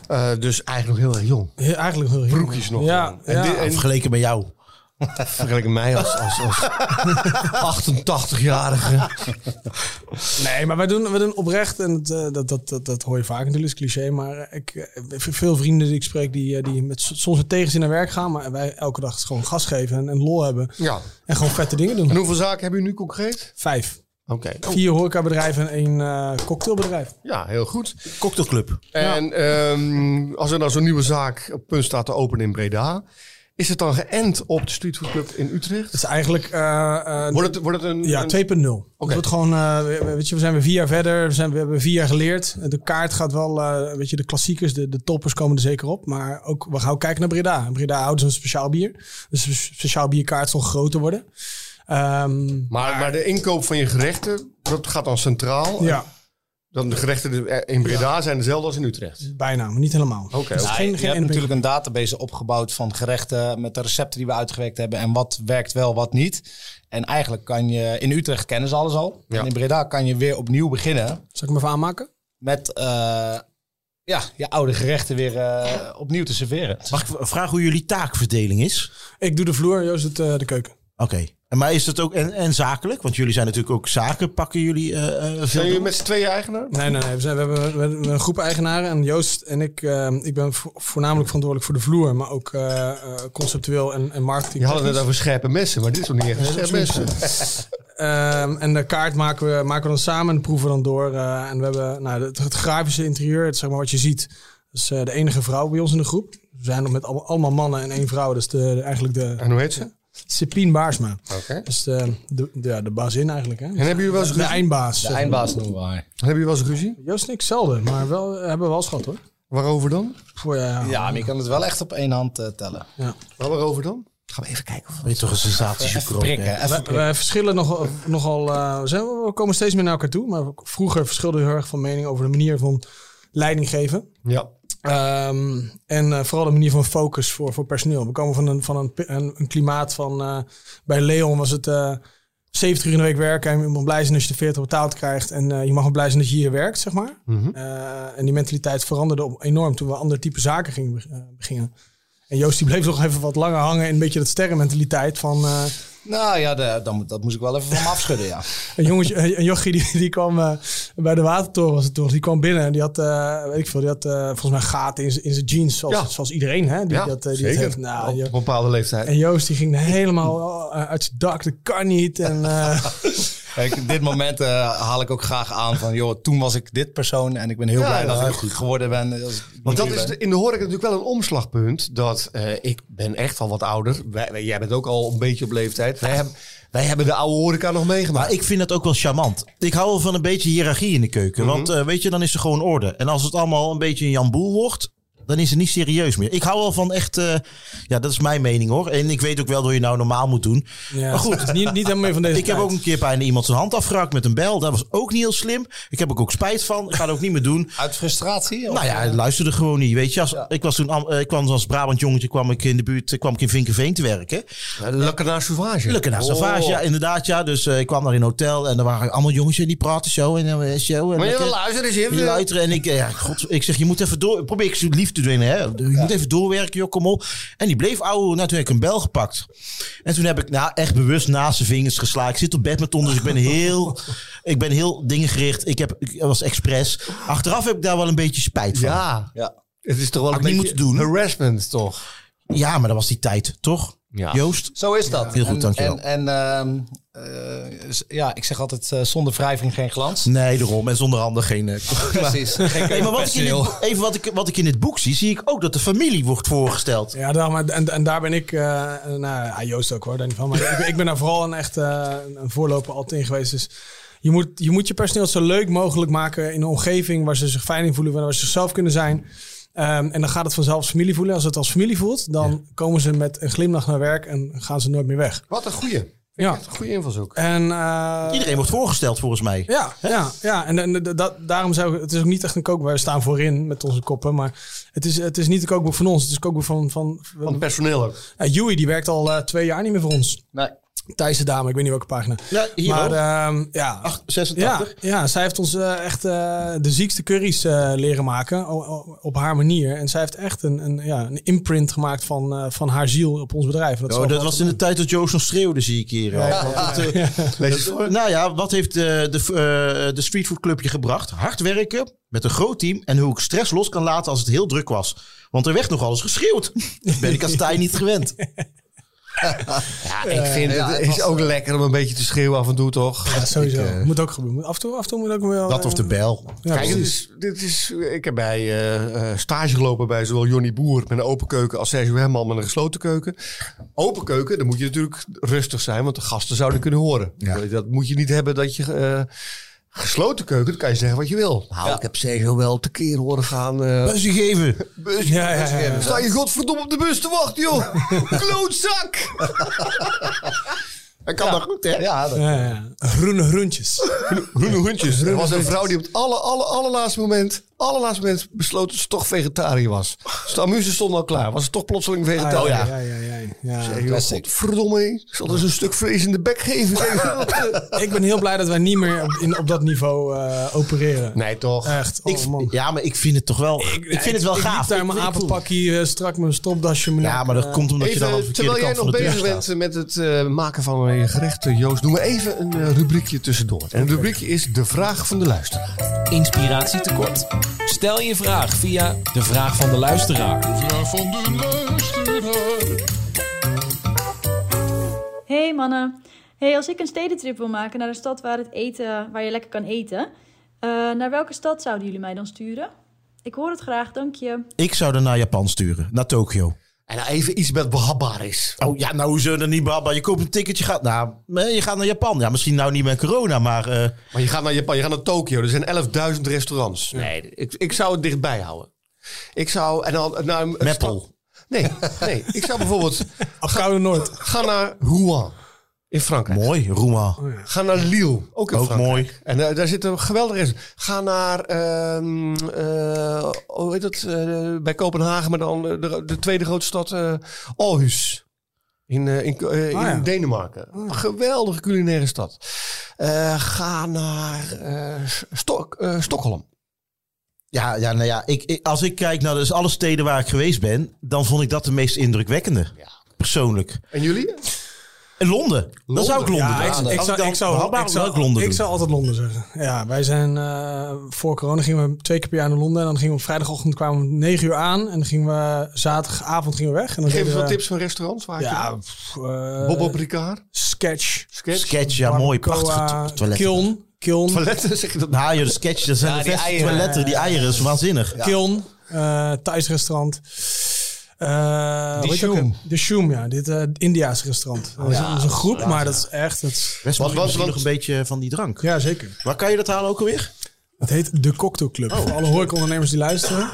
Eh, dus eigenlijk nog heel erg jong.
Heel- eigenlijk heel heel-
Broekjes nog.
Ja,
gewoon. En,
ja.
dit- en
Vergeleken met jou.
vergeleken mij als, als, als 88-jarige.
Nee, maar wij doen, we doen oprecht, en het, eh, dat, dat, dat, dat hoor je vaak natuurlijk, is cliché, maar eh, ik, eh, veel vrienden die ik spreek, die, eh, die met s- soms met tegenzin naar werk gaan, maar wij elke dag gewoon gas geven en, en lol hebben
Ja.
en gewoon vette dingen doen.
En hoeveel zaken hebben jullie nu concreet?
Vijf.
Oké. Oh,
Vier horecabedrijven en één eh, cocktailbedrijf.
ja, heel goed.
Cocktailclub.
En ehm, als er nou zo'n nieuwe zaak op punt staat te openen in Breda, is het dan geënt op de Street Food Club in Utrecht?
Dat is eigenlijk... eh, eh,
Wordt het, wordt het een...
Ja,
een-
2.0. Het wordt gewoon, eh, we- we- weet je, we zijn weer vier jaar verder. We, zijn, we hebben vier jaar geleerd. De kaart gaat wel, eh, weet je, de klassiekers, de, de toppers komen er zeker op. Maar ook, we gaan ook kijken naar Breda. In Breda houden ze een speciaal bier. Dus een speciaal bierkaart zal groter worden. Ehm,
Maar, maar de inkoop van je gerechten, dat gaat dan centraal.
ja,
Dan de gerechten in Breda zijn dezelfde als in Utrecht.
bijna, maar niet helemaal.
Oké.
Dus
Nou,
geen,
je
geen
hebt
NPK.
natuurlijk een database opgebouwd van gerechten met de recepten die we uitgewerkt hebben en wat werkt wel, wat niet. En eigenlijk kan je, in Utrecht kennen ze alles al.
Ja.
En in Breda kan je weer opnieuw beginnen
Zal ik hem even aanmaken?
met eh, ja, je oude gerechten weer eh, opnieuw te serveren.
Mag ik v- vragen hoe jullie taakverdeling is?
Ik doe de vloer, Joost doet eh, de keuken.
Oké. En Maar is dat ook en, en zakelijk? Want jullie zijn natuurlijk ook zaken. Pakken jullie eh, eh, veel?
Zijn jullie
door?
met z'n tweeën eigenaar?
Nee, nee, nee. We, zijn, we, hebben, we hebben een groep eigenaren. En Joost en ik, eh, ik ben vo- voornamelijk verantwoordelijk voor de vloer. Maar ook eh, eh, conceptueel en, en marketing.
Je had het net over scherpe messen, maar dit is nog niet echt een scherp messen.
Ehm, en de kaart maken we, maken we dan samen en proeven we dan door. eh, en we hebben nou, het, het grafische interieur, het, zeg maar wat je ziet. Dat is eh, de enige vrouw bij ons in de groep. We zijn nog met al- allemaal mannen en één vrouw. Dat is de, de- eigenlijk de
En hoe heet ze?
Sepien Baarsma.
Oké.
Dat is de, de, de, ja, de bazin eigenlijk. Hè?
En hebben jullie wel eens
de
ruzie?
eindbaas. zeg maar.
eindbaas noemen we haar.
Hebben jullie wel eens ruzie?
Joost en ik zelden, maar wel, hebben we wel eens gehad hoor.
Waarover dan?
Voor, ja,
Ja, maar je kan het wel echt op één hand eh, tellen.
Waar- Waarover dan?
Gaan we even kijken.
Weet je toch een
Even
sensatiezoeker ook, hè?
prikken, even
We,
prikken.
we verschillen nogal, nogal eh, we zijn- we komen steeds meer naar elkaar toe. Maar vroeger verschilden we heel erg van mening over de manier van leiding geven.
Ja.
Ehm, en eh, vooral de manier van focus voor, voor personeel. We komen van een, van een, een, een klimaat van... eh, bij Leon was het eh 70 uur in de week werken... en je mag blij zijn als je de 40 betaald krijgt... en eh, je mag wel blij zijn dat je hier werkt, zeg maar.
Mhm.
Eh, en die mentaliteit veranderde op- enorm toen we ander type zaken gingen be- eh, beginnen. En Joost die bleef nog even wat langer hangen... in een beetje dat sterrenmentaliteit van... eh,
Nou ja, de- dan, moet- dat moest ik wel even van me afschudden, ja.
Een jongetje, een een jochie die, die kwam eh, bij de watertoren was het toch. Die kwam binnen en die had, eh, weet ik veel, die had eh, volgens mij gaten in zijn- in zijn jeans, zoals,
Ja.
zoals iedereen. Hè? Die,
Ja,
die had, eh, die
zeker.
heeft, nou,
Op
Jo-
een bepaalde leeftijd.
en Joost die ging helemaal eh, uit zijn dak, dat kan niet. En, eh,
Kijk, dit moment eh, haal ik ook graag aan van, joh, toen was ik dit persoon en ik ben heel
Ja,
blij
dat
dat
is
ik geworden ben. Als ik
Want dat
nu
is
ben.
de- in de horeca natuurlijk wel een omslagpunt. Dat eh, ik ben echt al wat ouder. Wij, wij- jij bent ook al een beetje op leeftijd. Wij hebben, wij hebben de oude horeca nog meegemaakt.
Maar ik vind dat ook wel charmant. Ik hou wel van een beetje hiërarchie in de keuken.
Mhm.
Want eh, weet je, dan is er gewoon orde. En als het allemaal een beetje een Jan Boel wordt, dan is het niet serieus meer. Ik hou wel van echt... eh, ja, dat is mijn mening hoor. En ik weet ook wel dat je nou normaal moet doen.
ja,
maar goed,
het is niet, niet helemaal meer van deze
ik heb
tijd.
ook een keer bijna iemand zijn hand afgerakt met een bel. Dat was ook niet heel slim. Ik heb er ook spijt van. Ik ga dat ook niet meer doen.
Uit frustratie? of-
Nou ja, het luisterde gewoon niet. Weet je, als, ik, was toen, am- eh, ik kwam als Brabant jongetje kwam ik in de buurt eh, kwam ik in Vinkenveen te werken.
Lekker naar Sauvage.
Gelukkig naar Savage, ja, inderdaad. Ja. Dus eh, ik kwam daar in een hotel en er waren allemaal jongens en die praten zo. En, eh, zo en
Maar je
lekker-
wil luisteren, is even.
die luisteren en ik, eh, ja, god, ik zeg, je moet even door. Probeer ik zo lief te doen, hè? Je moet even doorwerken, joh, kom op. En die bleef ouwe. Nou, toen heb ik een bel gepakt. En toen heb ik, nou, echt bewust naast zijn vingers geslagen. Ik zit op badminton, dus ik ben heel, ik ben heel dingen gericht. Ik heb, ik was expres. Achteraf heb ik daar wel een beetje spijt van. Ja,
Ja.
Ja.
Het is toch wel
Had
een
ik
beetje
niet moeten doen.
harassment, toch?
maar dat was die tijd, toch?
Ja.
Joost?
Zo is dat.
Heel goed,
En-
dankjewel.
En, en ehm, eh, z- ja, ik zeg altijd eh, zonder wrijving geen glans.
Nee, daarom. En zonder handen geen... eh,
Precies. Geen
Nee, maar wat ik in dit, bo- even wat ik, wat ik in dit boek zie, zie ik ook dat de familie wordt voorgesteld.
Ja, daarom, en, en daar ben ik, eh, nou ja, Joost ook hoor, daar niet van. Maar ik, ik ben daar vooral een echt eh, een voorloper altijd in geweest. Dus je moet, je moet je personeel zo leuk mogelijk maken in een omgeving waar ze zich fijn in voelen, waar ze zichzelf kunnen zijn. Ehm, en dan gaat het vanzelf als familie voelen. Als het als familie voelt, dan komen ze met een glimlach naar werk en gaan ze nooit meer weg.
Wat een goeie.
Ja.
Echt een goede invalshoek.
En, eh,
Iedereen wordt voorgesteld volgens mij.
ja, ja, ja, en, en dat- dat, daarom zou ik, het is ook niet echt een kookboek. We staan voorin met onze koppen, maar het is, het is niet een kookboek van ons. Het is een kookboek van, van,
Van het personeel ook.
ja, Joey die werkt al eh, twee jaar niet meer voor ons.
Nee.
Thijs de dame, ik weet niet welke pagina.
Ja, hier
maar
ook.
ehm, ja.
Ach,
ja,
86.
ja, zij heeft ons eh, echt eh, de ziekste curry's eh, leren maken o- o- op haar manier. En zij heeft echt een, een, ja, een imprint gemaakt van, eh, van haar ziel op ons bedrijf. Dat, is
Oh,
wel
dat
wat-
was in de tijd dat Joost nog schreeuwde, zie ik hier. eh. Dat, eh,
Lees het voor.
Nou ja, wat heeft eh, de, eh, de Street Food Club je gebracht? Hard werken met een groot team en hoe ik stress los kan laten als het heel druk was. Want er werd nogal eens geschreeuwd. Dat ben ik als taai niet gewend.
Ja, ik vind
Eh, ja,
het, eh,
het
is
was,
ook lekker om een beetje te schreeuwen af en toe, toch?
Ja, sowieso.
Ik, eh,
moet ook gebeuren. Moet- Af en toe, af en toe moet ook wel...
Dat of de
eh,
bel.
ja,
Kijk, dit
precies.
is, dit is, ik heb bij eh, eh, stage gelopen bij zowel Johnny Boer met een open keuken als Sergio Herman met een gesloten keuken. Open keuken, dan moet je natuurlijk rustig zijn, want de gasten zouden kunnen horen. Dat moet je niet hebben dat je eh, gesloten keuken, dan kan je zeggen wat je wil. Nou, ik heb Sergio wel tekeer horen gaan. eh
Busje geven.
bus,
Ja, ja, ja, ja.
Sta je godverdomme op de bus te wachten, joh. Klootzak! Hij kan dat goed, hè?
Ja, dat-
Ja, ja. Groene groentjes.
Groene hondjes. Er was een vrouw die op het alle, alle, allerlaatste moment, allerlaatste moment besloot dat ze toch vegetariër was. Dus de amuse stond al klaar. Was ze toch plotseling vegetariër?
ja. Ja, ja, ja, ja.
Zeg, joh,
Classic.
Godverdomme, ik zal dus een stuk vlees in de bek geven.
Ik ben heel blij dat wij niet meer op, in, op dat niveau eh, opereren.
nee, toch?
Echt. Oh,
Ik-
man.
ja, maar ik vind het toch wel. Ik, vind het wel
ik
gaaf.
liep daar
Ik
mijn
vind het cool.
apenpakje, eh, strak mijn stropdasje. Mijn
Ja, maar dat komt omdat je dan aan de
Even,
verkeerde
eh, terwijl jij
kant van
nog
de deur
bezig
staat.
bent met het eh, maken van een gerecht, eh, Joost, doen we even een eh, rubriekje tussendoor. En het rubriekje is de vraag van de luisteraar.
Inspiratie tekort? Stel je vraag via de vraag van de luisteraar.
Hey mannen. Hey, als ik een stedentrip wil maken naar een stad waar, het eten, waar je lekker kan eten, eh, naar welke stad zouden jullie mij dan sturen? Ik hoor het graag, dank je.
Ik zou er naar Japan sturen, naar Tokio.
En nou even iets wat behapbaar is.
Oh ja, nou hoezo dan niet, Baba? Je koopt een ticketje, je gaat, nou, eh, je gaat naar Japan. Ja, misschien nou niet met corona, maar eh,
Maar je gaat naar Japan, je gaat naar Tokio. Er zijn 11.000 restaurants. Nee, ik, ik zou het dichtbij houden. Ik zou... En dan, eh, naar een
Meppel.
stad- Nee, nee. Ik zou bijvoorbeeld...
Afkoude Oh, Noord.
Ga naar Rouen in Frankrijk.
mooi, Rouma.
Ga naar Lille, ook in
Ook
Frankrijk.
mooi.
En eh, daar zitten geweldige restaurants. Ga naar... ehm, eh, hoe heet dat? eh, bij Kopenhagen, maar dan eh, de, de tweede grote stad. eh Aarhus. In, eh, in, eh, in
Ah, ja.
Denemarken. Geweldige culinaire stad. Eh, ga naar eh, Stok, eh, Stockholm.
Ja, ja, nou ja, ik, ik- als ik kijk naar dus alle steden waar ik geweest ben, dan vond ik dat de meest indrukwekkende. Persoonlijk.
En jullie?
En Londen. Dan zou ik Londen
Ja, ik,
doen.
ik
Als
zou,
dan
ik, zou,
behapbaar
ik,
was, zou ik Londen
zou, ik
doen.
zou altijd Londen zeggen. Ja, wij zijn eh, voor corona gingen we twee keer per jaar naar Londen. En dan gingen we op vrijdagochtend kwamen we om negen uur aan. En dan gingen we zaterdagavond gingen we weg. En dan
Geef eens
deden
wat
we-
tips van restaurants. Waar
eh, Ja,
je,
pff, eh,
Bob op Ricard.
Sketch.
Sketch.
Sketch, ja, mooi.
Barbacoa,
Prachtig toilet.
Kiln. Kiln.
Toiletten, zeg je dat?
Nou, joh, de sketch, dat zijn
Ja,
de
die
beste
eieren.
toiletten. Die eieren, is waanzinnig.
Kiln. eh Thais restaurant. Eh,
Die
hoe heet dat ook?
Shoem.
De Shoem, ja. Dit eh Indiaas restaurant.
Oh,
Dat is, dat is een groep, maar dat is echt... Dat is-
Best
Wat-
wel
wat-
misschien
wat-
nog een beetje eh, van die drank.
ja, zeker.
Waar kan je dat halen ook alweer?
Het heet de Cocktail
Oh.
Club. Voor alle horecaondernemers die luisteren.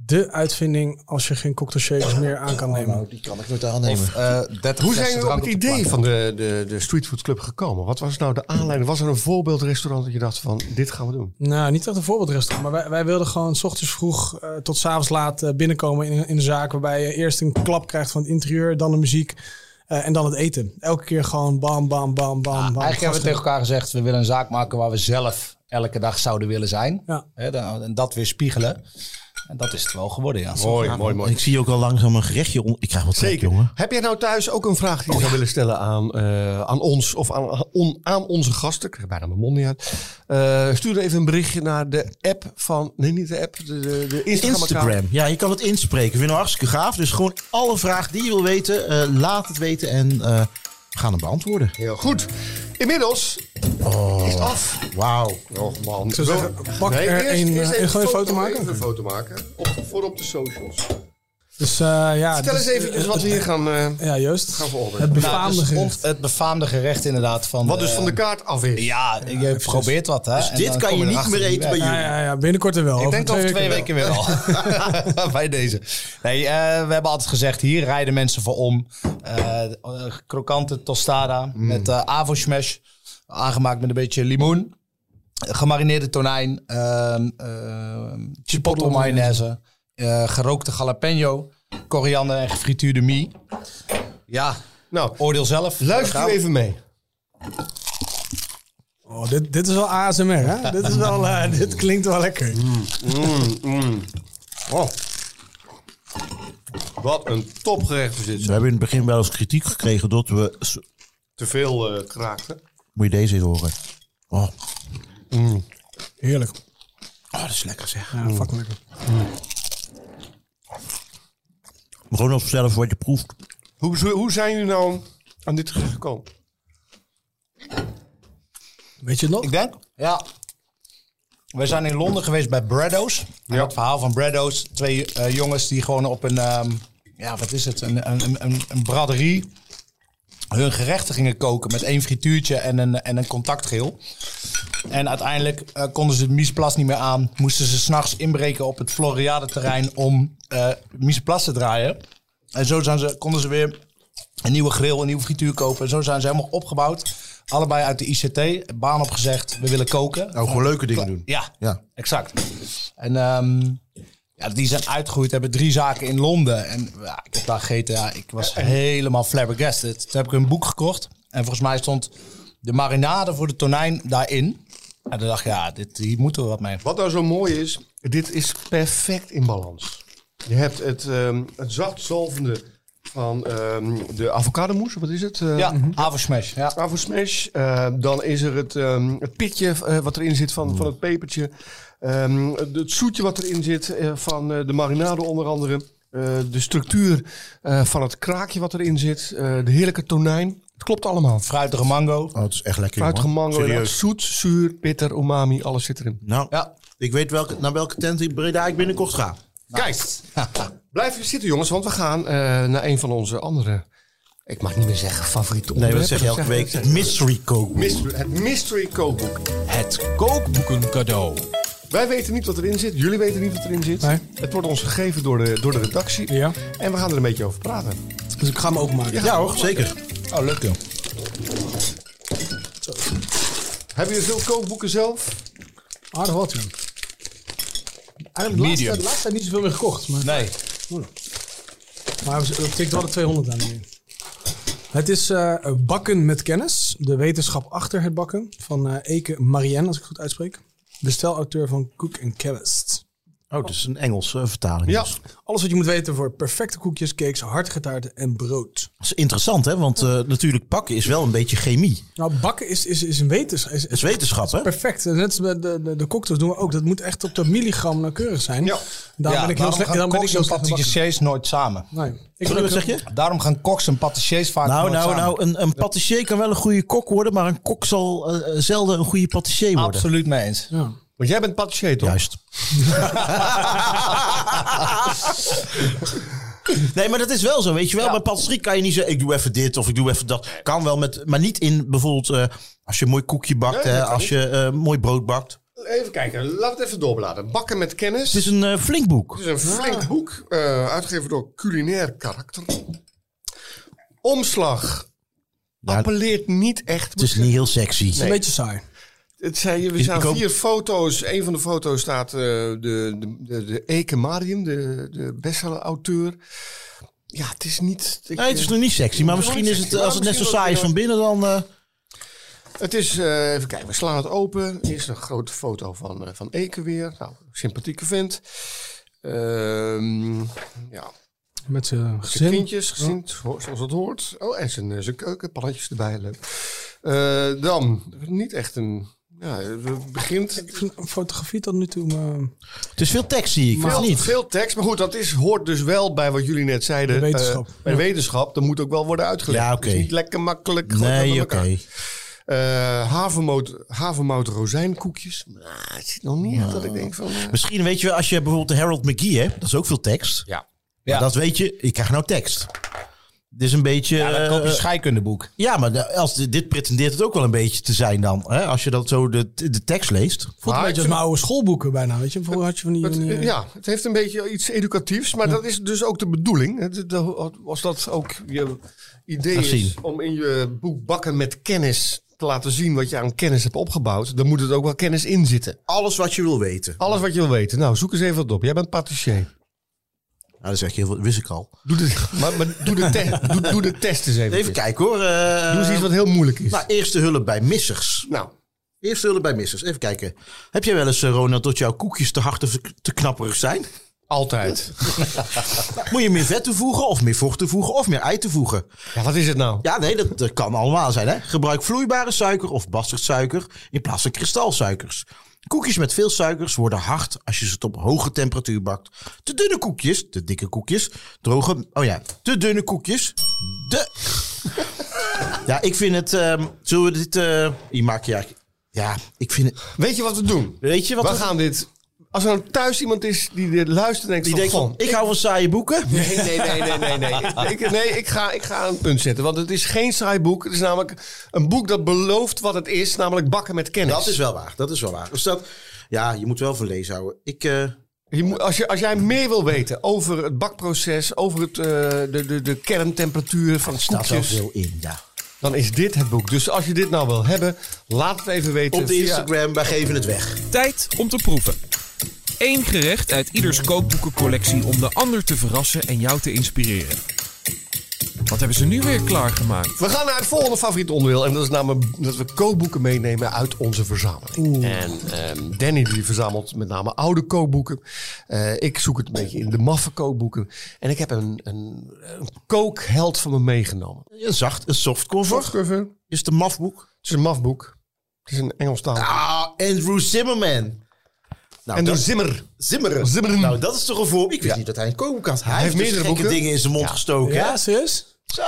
De uitvinding als je geen cocktailshakers meer aan kan nemen.
die kan ik nooit aannemen.
Of, eh, 30
Hoe
flessen
zijn we op
drank
het
de plank.
idee van de, de, de Street Food Club gekomen? Wat was nou de aanleiding? Was er een voorbeeldrestaurant dat je dacht van, dit gaan we doen?
Nou, niet echt een voorbeeldrestaurant. Maar wij, wij wilden gewoon s ochtends vroeg eh, tot s avonds laat eh, binnenkomen in, in een zaak. Waarbij je eerst een klap krijgt van het interieur, dan de muziek eh, en dan het eten. Elke keer gewoon bam, bam, bam, bam, bam.
Ah, Eigenlijk hebben we tegen elkaar gezegd, we willen een zaak maken waar we zelf elke dag zouden willen zijn.
Ja.
Hè, dan- en dat weer spiegelen. En dat is het wel geworden, ja.
Mooi, mooi, mooi.
Ik zie ook al langzaam een gerechtje. On... Ik krijg wat trek, jongen.
Heb jij nou thuis ook een vraag die je zou willen stellen aan, eh, aan ons of aan, on- aan onze gasten? Ik krijg bijna mijn mond niet uit. Eh, stuur dan even een berichtje naar de app van... Nee, niet de app. De, de, de Instagram.
Instagram. Ja, je kan het inspreken. Vind ik hartstikke gaaf. Dus gewoon alle vragen die je wil weten, eh, laat het weten en eh, we gaan hem beantwoorden.
Heel goed. Inmiddels is het af.
Wauw.
Och man.
zou zeggen, pak er een, eh, gewoon een foto maken.
Even een foto maken. Op, voor op de socials.
Dus eh, ja.
Vertel
dus,
eens eventjes wat we hier gaan... eh,
eh, Ja, Joost.
Gaan we
Het
over.
Nou,
befaamde
dus
gerecht.
ont- het befaamde gerecht inderdaad. Van
wat dus van de kaart af is.
Ja, je probeert wat, hè. En
Dus Dit
Nou,
dan
kan
kom
je niet
erachter
meer eten bij
weg.
Ja, ja, ja, binnenkort er wel.
Ik denk over twee weken weer al. Bij deze. Nee, eh, we hebben altijd gezegd, hier rijden mensen voor om. Eh, eh, krokante tostada met eh avo smash. Aangemaakt met een beetje limoen. Gemarineerde tonijn. ehm, ehm, chipotle mayonaise. eh, gerookte jalapeno. Koriander en gefrituurde mie. Ja,
Nou,
oordeel zelf.
luister u even mee.
Oh, dit, dit is wel ASMR, hè? dit, is wel, eh, dit klinkt wel lekker.
Oh. Wat een topgerecht is dit.
We
zeg.
hebben in het begin wel eens kritiek gekregen dat we... s-
Te veel eh, kraakte.
Moet je deze eens horen. Oh,
Heerlijk.
oh, dat is lekker zeg.
Ja, fucking lekker.
Maar Gewoon als zelf wat je proeft.
Hoe, zo- hoe zijn jullie nou aan dit gerecht gekomen?
Weet je het nog?
Ik denk, ja. We zijn in Londen geweest bij Brado's. En
Ja.
Het verhaal van Brado's. Twee eh, jongens die gewoon op een, ehm, ja, wat is het? Een, een, een- een, een braderie hun gerechten gingen koken met één frituurtje en een, en een contactgeel. En uiteindelijk eh, konden ze het Miesplas niet meer aan. Moesten ze s'nachts inbreken op het Floriade-terrein om eh Miesplas te draaien. En zo zijn ze, konden ze weer een nieuwe grill, een nieuwe frituur kopen. En zo zijn ze helemaal opgebouwd. Allebei uit de ICT. Baan opgezegd, we willen koken.
Nou, gewoon leuke dingen doen.
Ja,
Ja.
exact. En ehm, ja, die zijn uitgegroeid, hebben drie zaken in Londen. En ja, ik heb daar gegeten, ja, ik was helemaal flabbergasted. Toen heb ik een boek gekocht. En volgens mij stond de marinade voor de tonijn daarin. En toen dacht ik, ja, dit, hier moeten we wat mee.
Wat nou zo mooi is, dit is perfect in balans. Je hebt het, ehm, het zacht zalvende van ehm, de avocadomousse, wat is het? Eh,
Ja, avosmash. Ja.
Avo smash. Eh, dan is er het, ehm, het pitje eh, wat erin zit van, van het pepertje. Ehm, het- het zoetje wat erin zit eh, van eh, de marinade onder andere. Eh, de structuur eh, van het kraakje wat erin zit. Eh, de heerlijke tonijn. Het klopt allemaal.
Fruitige mango.
Oh, het is echt lekker jongen.
Fruitgemango, inderdaad.
Serieus.
zoet, zuur, bitter, umami, alles zit erin.
Nou,
Ja.
ik weet welke, naar welke tent in Breda ik binnenkort ga.
Kijk, blijf even zitten jongens, want we gaan eh, naar een van onze andere... Ik mag niet meer zeggen favoriete
Nee,
onderwerpen,
dat zeg je elke week.
zeggen
Het mystery
we.
coke.
Mystery- het mystery kookboek.
Het kookboeken cadeau.
Wij weten niet wat erin zit. Jullie weten niet wat erin zit.
Nee.
Het wordt ons gegeven door de, door de redactie.
Ja.
En we gaan er een beetje over praten.
Dus ik ga hem openmaken.
Ja hoor, zeker.
Oh, leuk joh.
Hebben jullie veel kookboeken zelf?
Aardig wat, joh. Eigenlijk de laatste, de laatste tijd niet zoveel meer gekocht. Maar,
Nee.
maar dat tikt wel de 200 aan. hier. Het is eh, Bakken met Kennis. De wetenschap achter het bakken. Van eh, Eke Marianne, als ik het goed uitspreek. De stelauteur van Cook and Chemist.
Oh, het is een Engelse vertaling.
Ja.
dus.
Alles wat je moet weten voor perfecte koekjes, cakes, hartige taarten en brood.
Dat is interessant, hè? Want eh, natuurlijk pakken is wel een beetje chemie.
Nou, bakken is, is, is een wetenschap. Is,
Dat is
is
wetenschap, hè?
perfect. Net als bij de, de, de cocktails doen we ook. Dat moet echt op de milligram nauwkeurig zijn.
Ja.
Daarom ben
ja,
ik heel
daarom
slecht.
gaan
Daarom ben ik
koks
heel
en
slecht in bakken.
patissiers nooit samen.
Nee. Ik ben
Sorry,
ook-
wat zeg je?
Daarom gaan koks en patissiers vaak
Nou,
nooit
nou,
samen.
nou, een, een patissier kan wel een goede kok worden, maar een kok zal eh, eh, zelden een goede patissier worden.
Absoluut mee eens.
Ja.
Want jij bent patissier toch?
Juist. nee, maar dat is wel zo, weet je wel. Bij patisserie kan je niet zeggen, ik doe even dit of ik doe even dat. Kan wel, met, maar niet in bijvoorbeeld eh, als je een mooi koekje bakt,
Nee,
hè,
dat kan
als je eh, mooi brood bakt.
Even kijken, laat het even doorbladen. Bakken met kennis.
Het is een eh, flink boek.
Het is een flink boek, eh, uitgegeven door culinair karakter. Omslag. Appelleert niet echt.
Het is niet heel sexy.
Een beetje saai.
Het zijn, we
Ik-
zijn
ik hoop-
vier foto's. Een van de foto's staat eh, de, de, de, de Eke Marium, de, de bestseller-auteur. Ja, het is niet... ik- eh,
Nee, het is nog niet sexy, maar misschien is het, als het net zo saai is van binnen, dan... eh,
Het is, eh, even kijken, we slaan het open. Hier is een grote foto van, eh, van Eke weer. Nou, sympathieke vent. Eh, Ehm, ja,
Met zijn
zijn
gezin.
kindjes, gezin, zo- zoals het hoort. Oh, en zijn, eh, zijn keuken, pannetjes erbij. Leuk. Eh, dan, niet echt een... Ja, het begint
Ik vind fotografie tot nu toe... me-
Het is veel tekst, zie ik.
veel,
of niet?
veel tekst. Maar goed, dat is, hoort dus wel bij wat jullie net zeiden.
De
eh,
wetenschap.
bij de wetenschap. Dat moet ook wel worden uitgelegd.
Ja,
Het is
oké.
niet lekker makkelijk. gewoon aan
Nee, oké.
elkaar. Eh, havermout, havermout rozijnkoekjes. Nou, het zit nog niet echt dat ik denk van... eh,
Misschien weet je wel, als je bijvoorbeeld de Harold McGee hebt, dat is ook veel tekst.
ja.
Maar
Ja.
dat weet je, ik krijg nou tekst. Dit is een beetje...
Ja, dan koop je
eh,
een scheikundeboek.
ja, maar de- als, dit- dit pretendeert het ook wel een beetje te zijn dan. Hè? Als je dat zo de, de tekst leest.
Voelt
Maar
een
ik
beetje als
vind-
mijn oude schoolboeken bijna, weet je. Vroeger had je van die...
Het,
van die,
eh,
eh,
ja, het heeft een beetje iets educatiefs, maar dat is dus ook de bedoeling. Het- de- Als dat ook je idee
Laat zien.
is om in je boek Bakken met Kennis te laten zien wat je aan kennis hebt opgebouwd, dan moet het ook wel kennis in zitten.
Alles wat je wil weten.
Alles wat je wil weten. Nou, zoek eens even wat op. Jij bent patissier.
Nou, dat is echt heel veel, dat wist ik al.
Doe de, maar, maar doe, de te- doe, doe de test eens even.
Even kijken hoor. eh,
Doe eens iets wat heel moeilijk is.
Nou, eerste hulp bij missers.
Nou,
Eerste hulp bij missers. Even kijken. Heb jij wel eens, eh, Ronald, dat jouw koekjes te hard of te knapperig zijn?
altijd.
Moet je meer vet toevoegen of meer vocht toevoegen of meer ei toevoegen?
Ja, wat is het nou?
Ja, nee, dat, dat kan allemaal zijn. Hè? Gebruik vloeibare suiker of bastardsuiker in plaats van kristalsuikers. Koekjes met veel suikers worden hard als je ze op hoge temperatuur bakt. Te dunne koekjes, te dikke koekjes, droge... Oh ja, te dunne koekjes, de... ja, ik vind het... ehm, zullen we dit... eh hier maak je eigenlijk- Ja, ik vind het...
Weet je wat we doen?
Weet je wat...
we
we-
gaan dit... Als er nou thuis iemand is die dit luistert en denkt
Die
van...
denkt van,
"Goh,
ik hou van saaie boeken.
Nee, nee, nee, nee, nee. Nee, ik, nee ik, ga, ik ga een punt zetten. Want het is geen saai boek. Het is namelijk een boek dat belooft wat het is. Namelijk bakken met kennis.
Dat is wel waar, dat is wel waar. Dus dat... Ja, je moet wel van lezen houden. Ik... eh,
Je moet, als, je, als jij meer wil weten over het bakproces, over het, eh, de, de, de kerntemperatuur van het
staat wel
koekjes,
veel in, ja.
dan is dit het boek. Dus als je dit nou wil hebben, laat het even weten.
Op de
via-
Instagram, wij geven het weg.
Tijd om te proeven. Eén gerecht uit ieders kookboekencollectie om de ander te verrassen en jou te inspireren. Wat hebben ze nu weer klaargemaakt?
We gaan naar het volgende favoriet onderdeel. En dat is namelijk dat we kookboeken meenemen uit onze verzameling. En ehm, Danny die verzamelt met name oude kookboeken. Eh, ik zoek het een beetje in de maffe kookboeken. En ik heb een, een, een kookheld van me meegenomen.
Een zacht, een softcover.
Wachtcover. Het
Is de mafboek.
is een mafboek. Het is een Engelstaal.
Ah, Andrew Zimmerman. Nou,
en de
dat,
Zimmer.
Zimmerman.
Zimmerman.
Nou, dat is toch een voor. Ik wist niet dat hij een kookboek had. Hij, heeft meerdere gekke
boeken.
dingen in zijn mond gestoken.
Ja,
hè?
serieus?
Zo.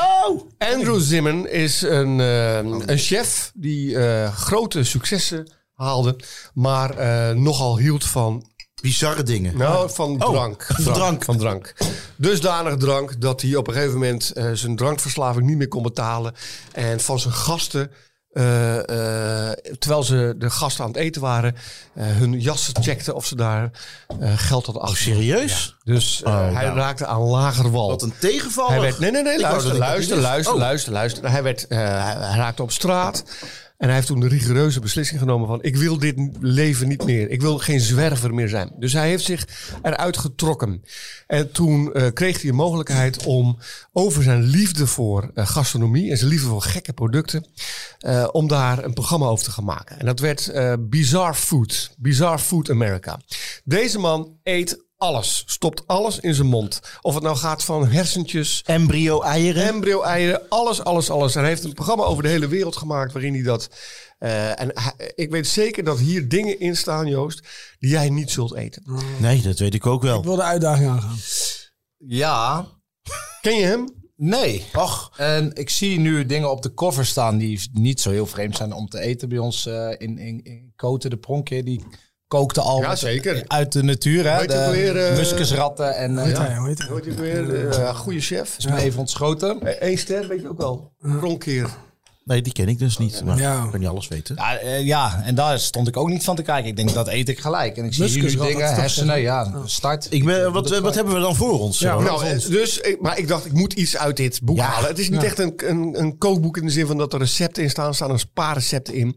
Andrew Zimmern is een, eh, een chef die eh, grote successen haalde. Maar eh, nogal hield van
Bizarre dingen.
Nou, van drank.
Oh, van drank.
Van drank. Dusdanig drank dat hij op een gegeven moment eh, zijn drankverslaving niet meer kon betalen. En van zijn gasten, eh, eh, terwijl ze de gasten aan het eten waren, eh, hun jassen checkten of ze daar eh, geld hadden
Oh,
achter.
serieus?
Dus eh,
Oh,
hij
nou.
raakte aan lager wal.
Wat een tegenvaller.
Hij werd, nee, nee, nee,
Ik wou
luister,
dat ik dat
luister,
wist.
luister,
Oh.
luister, luister. Hij, werd, eh, hij- hij raakte op straat. En hij heeft toen de rigoureuze beslissing genomen van... ik wil dit leven niet meer. Ik wil geen zwerver meer zijn. Dus hij heeft zich eruit getrokken. En toen eh, kreeg hij de mogelijkheid om over zijn liefde voor eh, gastronomie... en zijn liefde voor gekke producten... eh, om daar een programma over te gaan maken. En dat werd eh, Bizarre Food. Bizarre Food America. Deze man eet alles. Stopt alles in zijn mond. Of het nou gaat van hersentjes
Embryo-eieren.
embryo-eieren, alles, alles, alles. En hij heeft een programma over de hele wereld gemaakt waarin hij dat... eh, en hij- ik weet zeker dat hier dingen in staan, Joost, die jij niet zult eten.
Nee, dat weet ik ook
Ik
wel.
wil de uitdaging aangaan.
Ja,
Ken je hem?
nee. Och. En ik zie nu dingen op de cover staan die niet zo heel vreemd zijn om te eten. Bij ons eh, in, in, in Koten, de pronkje, die kookte al
Ja,
met-
zeker.
uit de natuur. Hè?
Weet je ook weer,
De
eh,
muskusratten en... eh,
Hoe heet
ja.
hij? Hoe heet hij?
Hoort hij weer? Eh goede chef.
Is me even ontschoten.
Eén ster, weet je ook wel. Ronkeer.
Nee, die ken ik dus niet. Maar
Ja.
ik kan niet alles weten.
Ja, eh, ja, en daar stond ik ook niet van te kijken. Ik denk, dat eet ik gelijk. En ik zie hier nu
Muskusrat, dat is
dingen,
toch
hersenen, ja, start.
Oh. Ik ben, wat, eh, wat hebben we dan voor ons? Ronald?
Nou, eh, dus, ik- maar ik dacht, ik moet iets uit dit boek
Ja.
halen. Het is niet echt een, een, een kookboek in de zin van dat er recepten in staan. Er staan een paar recepten in.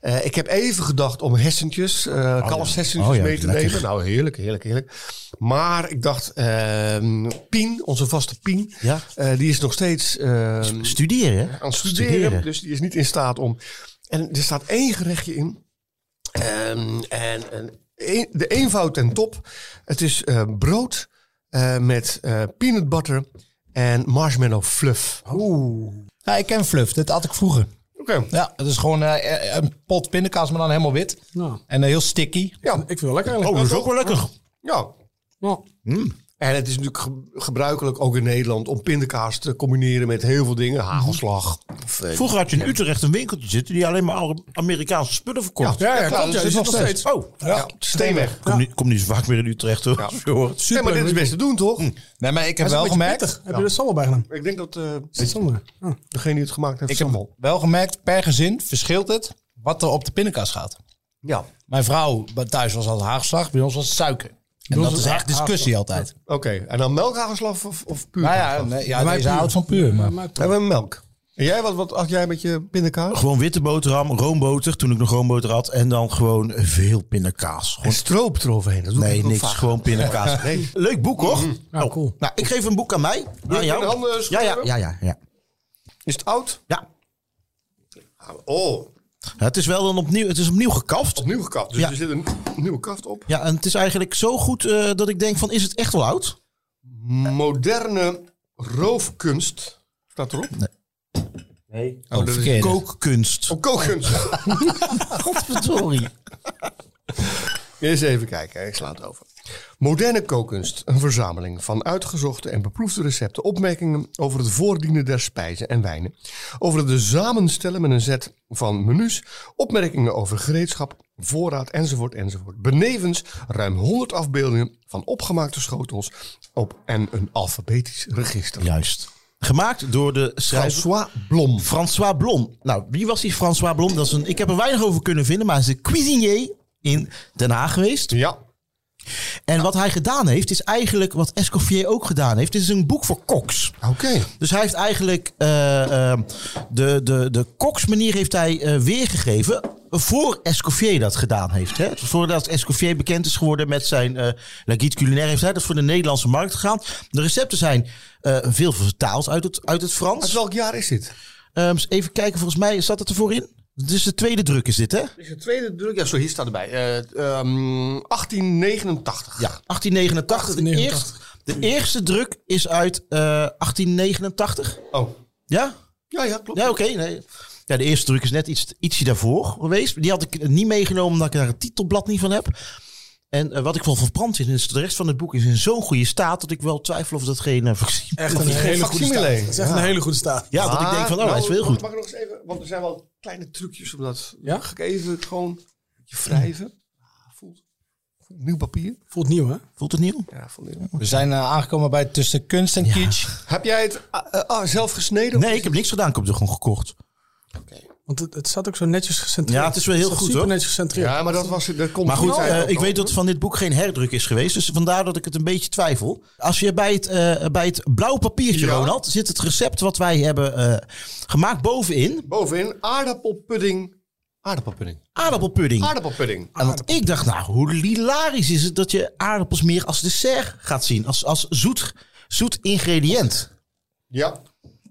Eh, ik heb even gedacht om hessentjes, eh kalfshessentjes
Oh ja,
mee te
lekker.
nemen. Nou, heerlijk, heerlijk, heerlijk. Maar ik dacht, ehm, Pien, onze vaste Pien,
Ja.
eh, die is nog steeds eh,
Studeren, hè?
aan het studeren, Dus die is niet in staat om... En er staat één gerechtje in. Ehm, en, en E- de eenvoud ten top. Het is eh, brood eh, met eh, peanut butter en marshmallow fluff.
Ja, ik ken Fluff. Dat had ik vroeger.
Oké.
Ja, het is gewoon eh, een pot pindakaas, maar dan helemaal wit.
Nou,
En eh, heel sticky.
Ja,
ik wil lekker
Oh,
eigenlijk.
dat is ook wel lekker.
ja.
Nou,
En het is natuurlijk ge- gebruikelijk ook in Nederland om pindakaas te combineren met heel veel dingen. Hagelslag. Of, eh,
Vroeger had je in Utrecht een winkeltje zitten die alleen maar oude Amerikaanse spullen verkocht.
ja, ja,
dat
klopt, ja,
dus is
die is
nog
nog steeds.
Oh,
ja, steenweg.
kom, Niet, kom niet zo vaak meer in Utrecht hoor. Als je hoort.
Nee, maar dit is best te doen, toch?
Nee, maar ik
Hij
heb
is
wel
een beetje
gemerkt.
pittig. Heb je er sambal bij gedaan?
Ik denk dat eh,
Zit sambal. Ah.
degene die het gemaakt heeft,
Ik heb
sambal.
wel gemerkt, per gezin verschilt het wat er op de pindakaas gaat.
Ja,
Mijn vrouw bij- thuis was altijd haagslag, bij ons was het suiker. En
ons
dat
was
is
het
echt discussie
hagelslag.
altijd.
oké. En dan melkhagelslag of, of puur
Nou ja,
hagelslag?
nee,
Bij
ja
mij
deze
puur.
houdt van puur. Maar.
Maar toch.
Hebben we melk? En jij, wat, wat acht jij met je pindakaas?
Gewoon witte boterham, roomboter, toen ik nog roomboter had. En dan gewoon veel pindakaas. Gewoon-
En stroop eroverheen. Dat doe ik
nee,
ook
niks.
vaak.
Gewoon pindakaas.
Nee. Mm-hmm.
Leuk boek hoor.
Ja, cool.
Nou, ik geef een boek aan mij. Aan
ik
jou.
mijn handen schudden?
ja, ja, ja, ja, ja.
Is het oud?
ja.
Oh,
Ja, Het is wel dan opnieuw, het is opnieuw gekaft.
opnieuw gekapt. Dus
Ja.
er zit een nieuwe kaft op.
Ja, en het is eigenlijk zo goed eh, dat ik denk van, is het echt wel oud?
Moderne roofkunst. Staat erop? Nee.
Oh,
dat is
verkeerde.
Kookkunst.
Op kookkunst.
Godverdorie.
Eens even kijken, ik sla het over. Moderne kookkunst, een verzameling van uitgezochte en beproefde recepten, opmerkingen over het voordienen der spijzen en wijnen, over het samenstellen met een set van menus, opmerkingen over gereedschap, voorraad enzovoort enzovoort. Benevens ruim 100 afbeeldingen van opgemaakte schotels op en een alfabetisch register.
Juist. Gemaakt door de schrijver
François Blom.
François Blom. Nou, wie was die François Blom? Dat is een, ik heb er weinig over kunnen vinden, maar hij is een cuisinier in Den Haag geweest.
Ja,
En wat hij gedaan heeft, is eigenlijk wat Escoffier ook gedaan heeft. Dit is een boek voor koks.
oké.
Dus hij heeft eigenlijk eh, eh, de, de, de koksmanier heeft hij eh, weergegeven voor Escoffier dat gedaan heeft. Hè? Voordat Escoffier bekend is geworden met zijn eh La Guide Culinaire heeft hij dat voor de Nederlandse markt gegaan. De recepten zijn eh, veel vertaald uit het, uit het
Uit
Dus
Frans.
welk jaar is dit?
Ehm, eens even kijken, volgens mij zat het ervoor in. Dus de tweede druk is dit, hè?
Is het tweede druk? Ja, zo hier staat erbij. Eh, ehm, 1889.
Ja, 1889. De,
1889.
eerste- de eerste druk is uit eh, 1889.
Oh.
Ja?
Ja, ja, klopt.
Ja, oké. nee. Ja, de eerste druk is net iets, ietsje daarvoor geweest. Die had ik niet meegenomen omdat ik daar het titelblad niet van heb. En eh, wat ik wel verbrand is, is de rest van het boek is in zo'n goede staat dat ik wel twijfel of dat geen eh, vaccin
Echt een
Geen
hele goede
facsimile.
staat. Het is echt
Ja.
een hele goede staat.
Ja, dat ik
Maar-
denk van, oh, hij is
nou,
heel goed.
Mag ik nog eens even, want er zijn wel kleine trucjes om dat.
Ja?
Mag ik even gewoon een beetje wrijven? Ah, Voelt, voelt nieuw papier?
Voelt nieuw, hè?
Voelt het nieuw?
Ja, voelt nieuw.
We zijn eh, aangekomen bij tussen kunst en kitsch.
Heb jij het ah, eh, ah, zelf gesneden?
Nee, ik heb niks gedaan. Ik heb het gewoon gekocht.
Want het, het staat ook zo netjes gecentreerd.
Ja, het is wel heel
staat
goed,
super
hoor.
netjes gecentreerd.
Ja, maar dat, was, dat komt
Maar goed,
goed uit.
eh, ik weet dat van dit boek geen herdruk is geweest. Dus vandaar dat ik het een beetje twijfel. Als je bij het, eh bij het blauw papiertje,
Ja.
Ronald, zit het recept wat wij hebben eh, gemaakt bovenin.
Bovenin aardappelpudding. Aardappelpudding.
Aardappelpudding.
Aardappelpudding.
en want ik dacht, nou, hoe hilarisch is het dat je aardappels meer als dessert gaat zien. Als, als zoet, zoet ingrediënt.
Ja.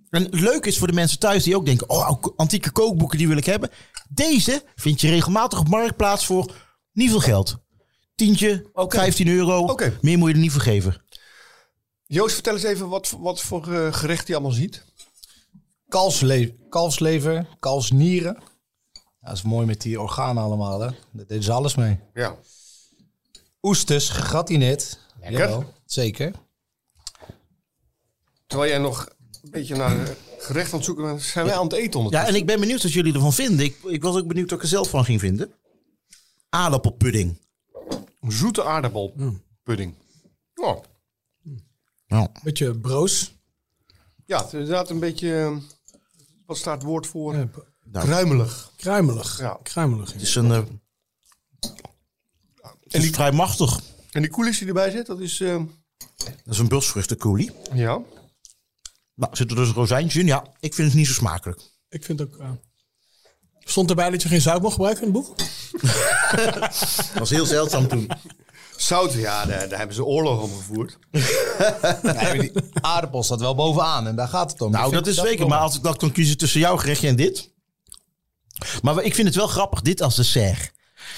En leuk is voor de mensen thuis die ook denken, oh, ou- antieke kookboeken, die wil ik hebben. Deze vind je regelmatig op Marktplaats voor niet veel geld. Tientje, 15 euro.
Oké.
Meer moet je er niet voor geven.
Joost, vertel eens even wat, voor- wat voor eh, gerecht je allemaal ziet.
Kalfsle kalfslever, kalfsnieren. Ja, dat is mooi met die organen allemaal, hè. Daar deden ze alles mee.
Ja.
Oesters, gegratineerd.
Lekker.
zeker.
Terwijl jij nog een beetje naar eh, gerecht aan het zoeken bent, zijn wij aan het eten
Ja,
ondertussen.
en ik ben benieuwd wat jullie ervan vinden. Ik, ik was ook benieuwd wat ik er zelf van ging vinden. Aardappelpudding.
Zoete aardappelpudding. Oh.
Nou,
Beetje broos.
Ja, het is inderdaad een beetje. eh, Wat staat het woord voor?
Ja,
Kruimelig.
Kruimelig.
Ja.
Kruimelig.
het is een... eh, het is vrij machtig.
En die coulis die erbij zit, dat is. eh,
Dat is een bulsvruchtencoolie.
ja.
Nou, zit er dus rozijntjes in? Ja, ik vind het niet zo smakelijk.
Ik vind ook... eh, Stond erbij dat je geen zout mocht gebruiken in het boek?
Dat was heel zeldzaam toen.
Zout, ja, daar, daar hebben ze oorlog om gevoerd.
Nee, maar die aardappel staat wel bovenaan en daar gaat het om.
Nou, dat is zeker. Maar als ik dat kan kiezen tussen jouw gerechtje en dit. Maar ik vind het wel grappig, dit als dessert.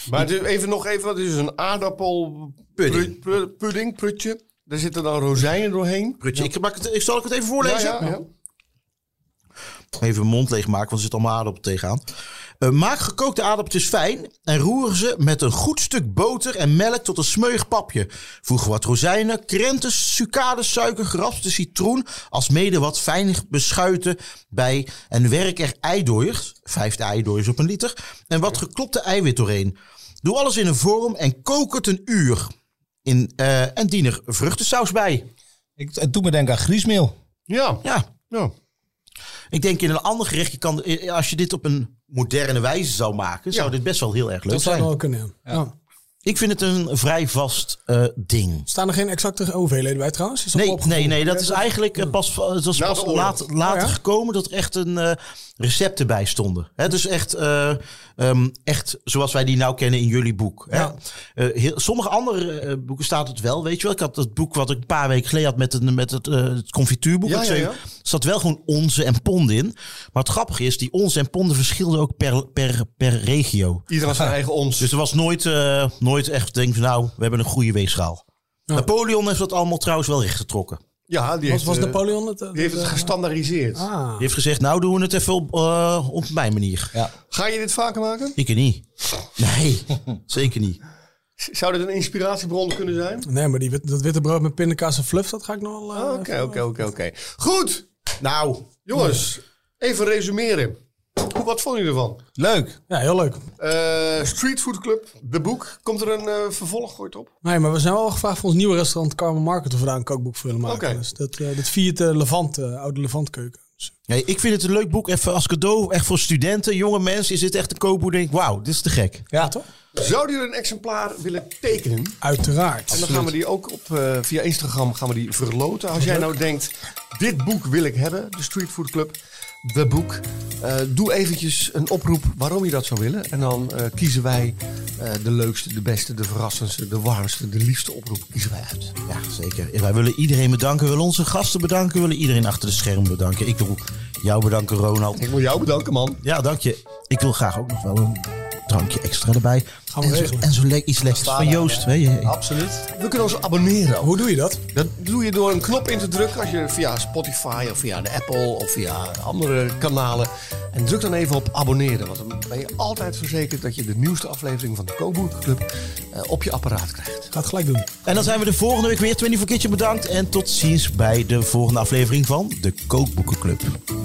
Maar dus even nog even, wat is dus een aardappel
Pudding.
pu- pu- pudding, prutje. Daar zitten dan rozijnen doorheen.
Prutje, ik, maak het, ik zal ik het even voorlezen.
Ja, ja, ja.
Even mijn mond leegmaken, want er zit allemaal aardappel tegenaan. Eh, maak gekookte aardappeltjes fijn en roer ze met een goed stuk boter en melk tot een smeuig papje. Voeg wat rozijnen, krenten, sucades, suiker, geraspte citroen, alsmede wat fijn beschuiten bij en werk er eidooiers, vijf eidooiers op een liter, en wat geklopte eiwit doorheen. Doe alles in een vorm en kook het een uur. In, eh, en dien er vruchtensaus bij.
Ik, het doet me denken aan griesmeel.
ja.
Ja,
ja.
Ik denk in een ander gerechtje kan, eh, als je dit op een moderne wijze zou maken, zou
Ja.
dit best wel heel erg leuk
Dat zou
zijn.
wel kunnen. Ja. Ja.
Ik vind het een vrij vast eh, ding.
Staan er geen exacte hoeveelheden bij trouwens? Is dat
Nee,
opgevoerd?
nee, nee, dat is eigenlijk eh, pas, dat is
Na de
pas
oorlog.
laat, later
Oh, ja?
gekomen dat er echt een eh, recepten bij stonden. Het is echt, eh, ehm, echt zoals wij die nou kennen in jullie boek. Hè?
Ja.
Eh, heel, sommige andere eh, boeken staat het wel, weet je wel. Ik had dat boek wat ik een paar weken geleden had met, een, met het, eh, het confituurboek.
Ja,
Dat
ja,
zei-
ja.
zat wel gewoon onze en pond in. Maar het grappige is, die onze en ponden verschilden ook per, per, per regio.
Iedereen had zijn eigen ons.
Dus er was nooit, eh, nooit echt denk van nou, we hebben een goede weegschaal.
Ja.
Napoleon heeft dat allemaal trouwens wel rechtgetrokken.
ja, die
Was,
heeft,
was
eh,
Napoleon het? eh,
die heeft het
eh,
gestandaardiseerd.
Ah.
Die heeft gezegd, nou doen we het even op, eh, op mijn manier.
Ga je dit vaker maken?
Ik niet. Nee, zeker niet.
Z- Zou dit een inspiratiebron kunnen zijn?
Nee, maar die, wit- dat witte brood met pindakaas en fluff, dat ga ik nog wel... eh,
Oh, Oké,
even-
oké, oké, oké. Goed. Nou, jongens, even resumeren. Hoe- Wat vonden jullie ervan?
Leuk.
Ja, heel leuk.
Eh Street Food Club, de boek. Komt er een eh, vervolg ooit op?
Nee, maar we zijn wel gevraagd voor ons nieuwe restaurant Carmen Market of we daar een kookboek voor willen maken.
Oké.
Dus dat, eh dat viert eh, Levant, eh, oude Levantkeuken. Dus,
Nee, ik vind het een leuk boek, even als cadeau, echt voor studenten, jonge mensen. Is dit echt een koopboek? Denk ik, wauw, dit is te gek.
ja, toch?
Zouden jullie een exemplaar willen tekenen?
Uiteraard.
En dan gaan we die ook op, eh, via Instagram gaan we die verloten. Als jij nou denkt, dit boek wil ik hebben, de Street Food Club, de boek. eh, doe eventjes een oproep waarom je dat zou willen. En dan eh, kiezen wij eh, de leukste, de beste, de verrassendste, de warmste, de liefste oproep kiezen wij uit.
Ja, zeker. En wij willen iedereen bedanken. We willen onze gasten bedanken. We willen iedereen achter de scherm bedanken. Ik wil jou bedanken, Ronald.
Ik wil jou bedanken, man.
Ja, dank je. Ik wil graag ook nog wel een drankje extra erbij.
Gaan we
en zo,
regelen.
en zo le- iets lekkers van Joost. Weet je.
Absoluut.
We kunnen ons abonneren.
Hoe doe je dat?
Dat doe je door een knop in te drukken als je via Spotify of via de Apple of via andere kanalen. En druk dan even op abonneren, want dan ben je altijd verzekerd dat je de nieuwste aflevering van de Kookboekenclub eh, op je apparaat krijgt.
Gaat gelijk doen.
En dan zijn we de volgende week weer. 24 Kitchen bedankt. En tot ziens bij de volgende aflevering van de Kookboekenclub.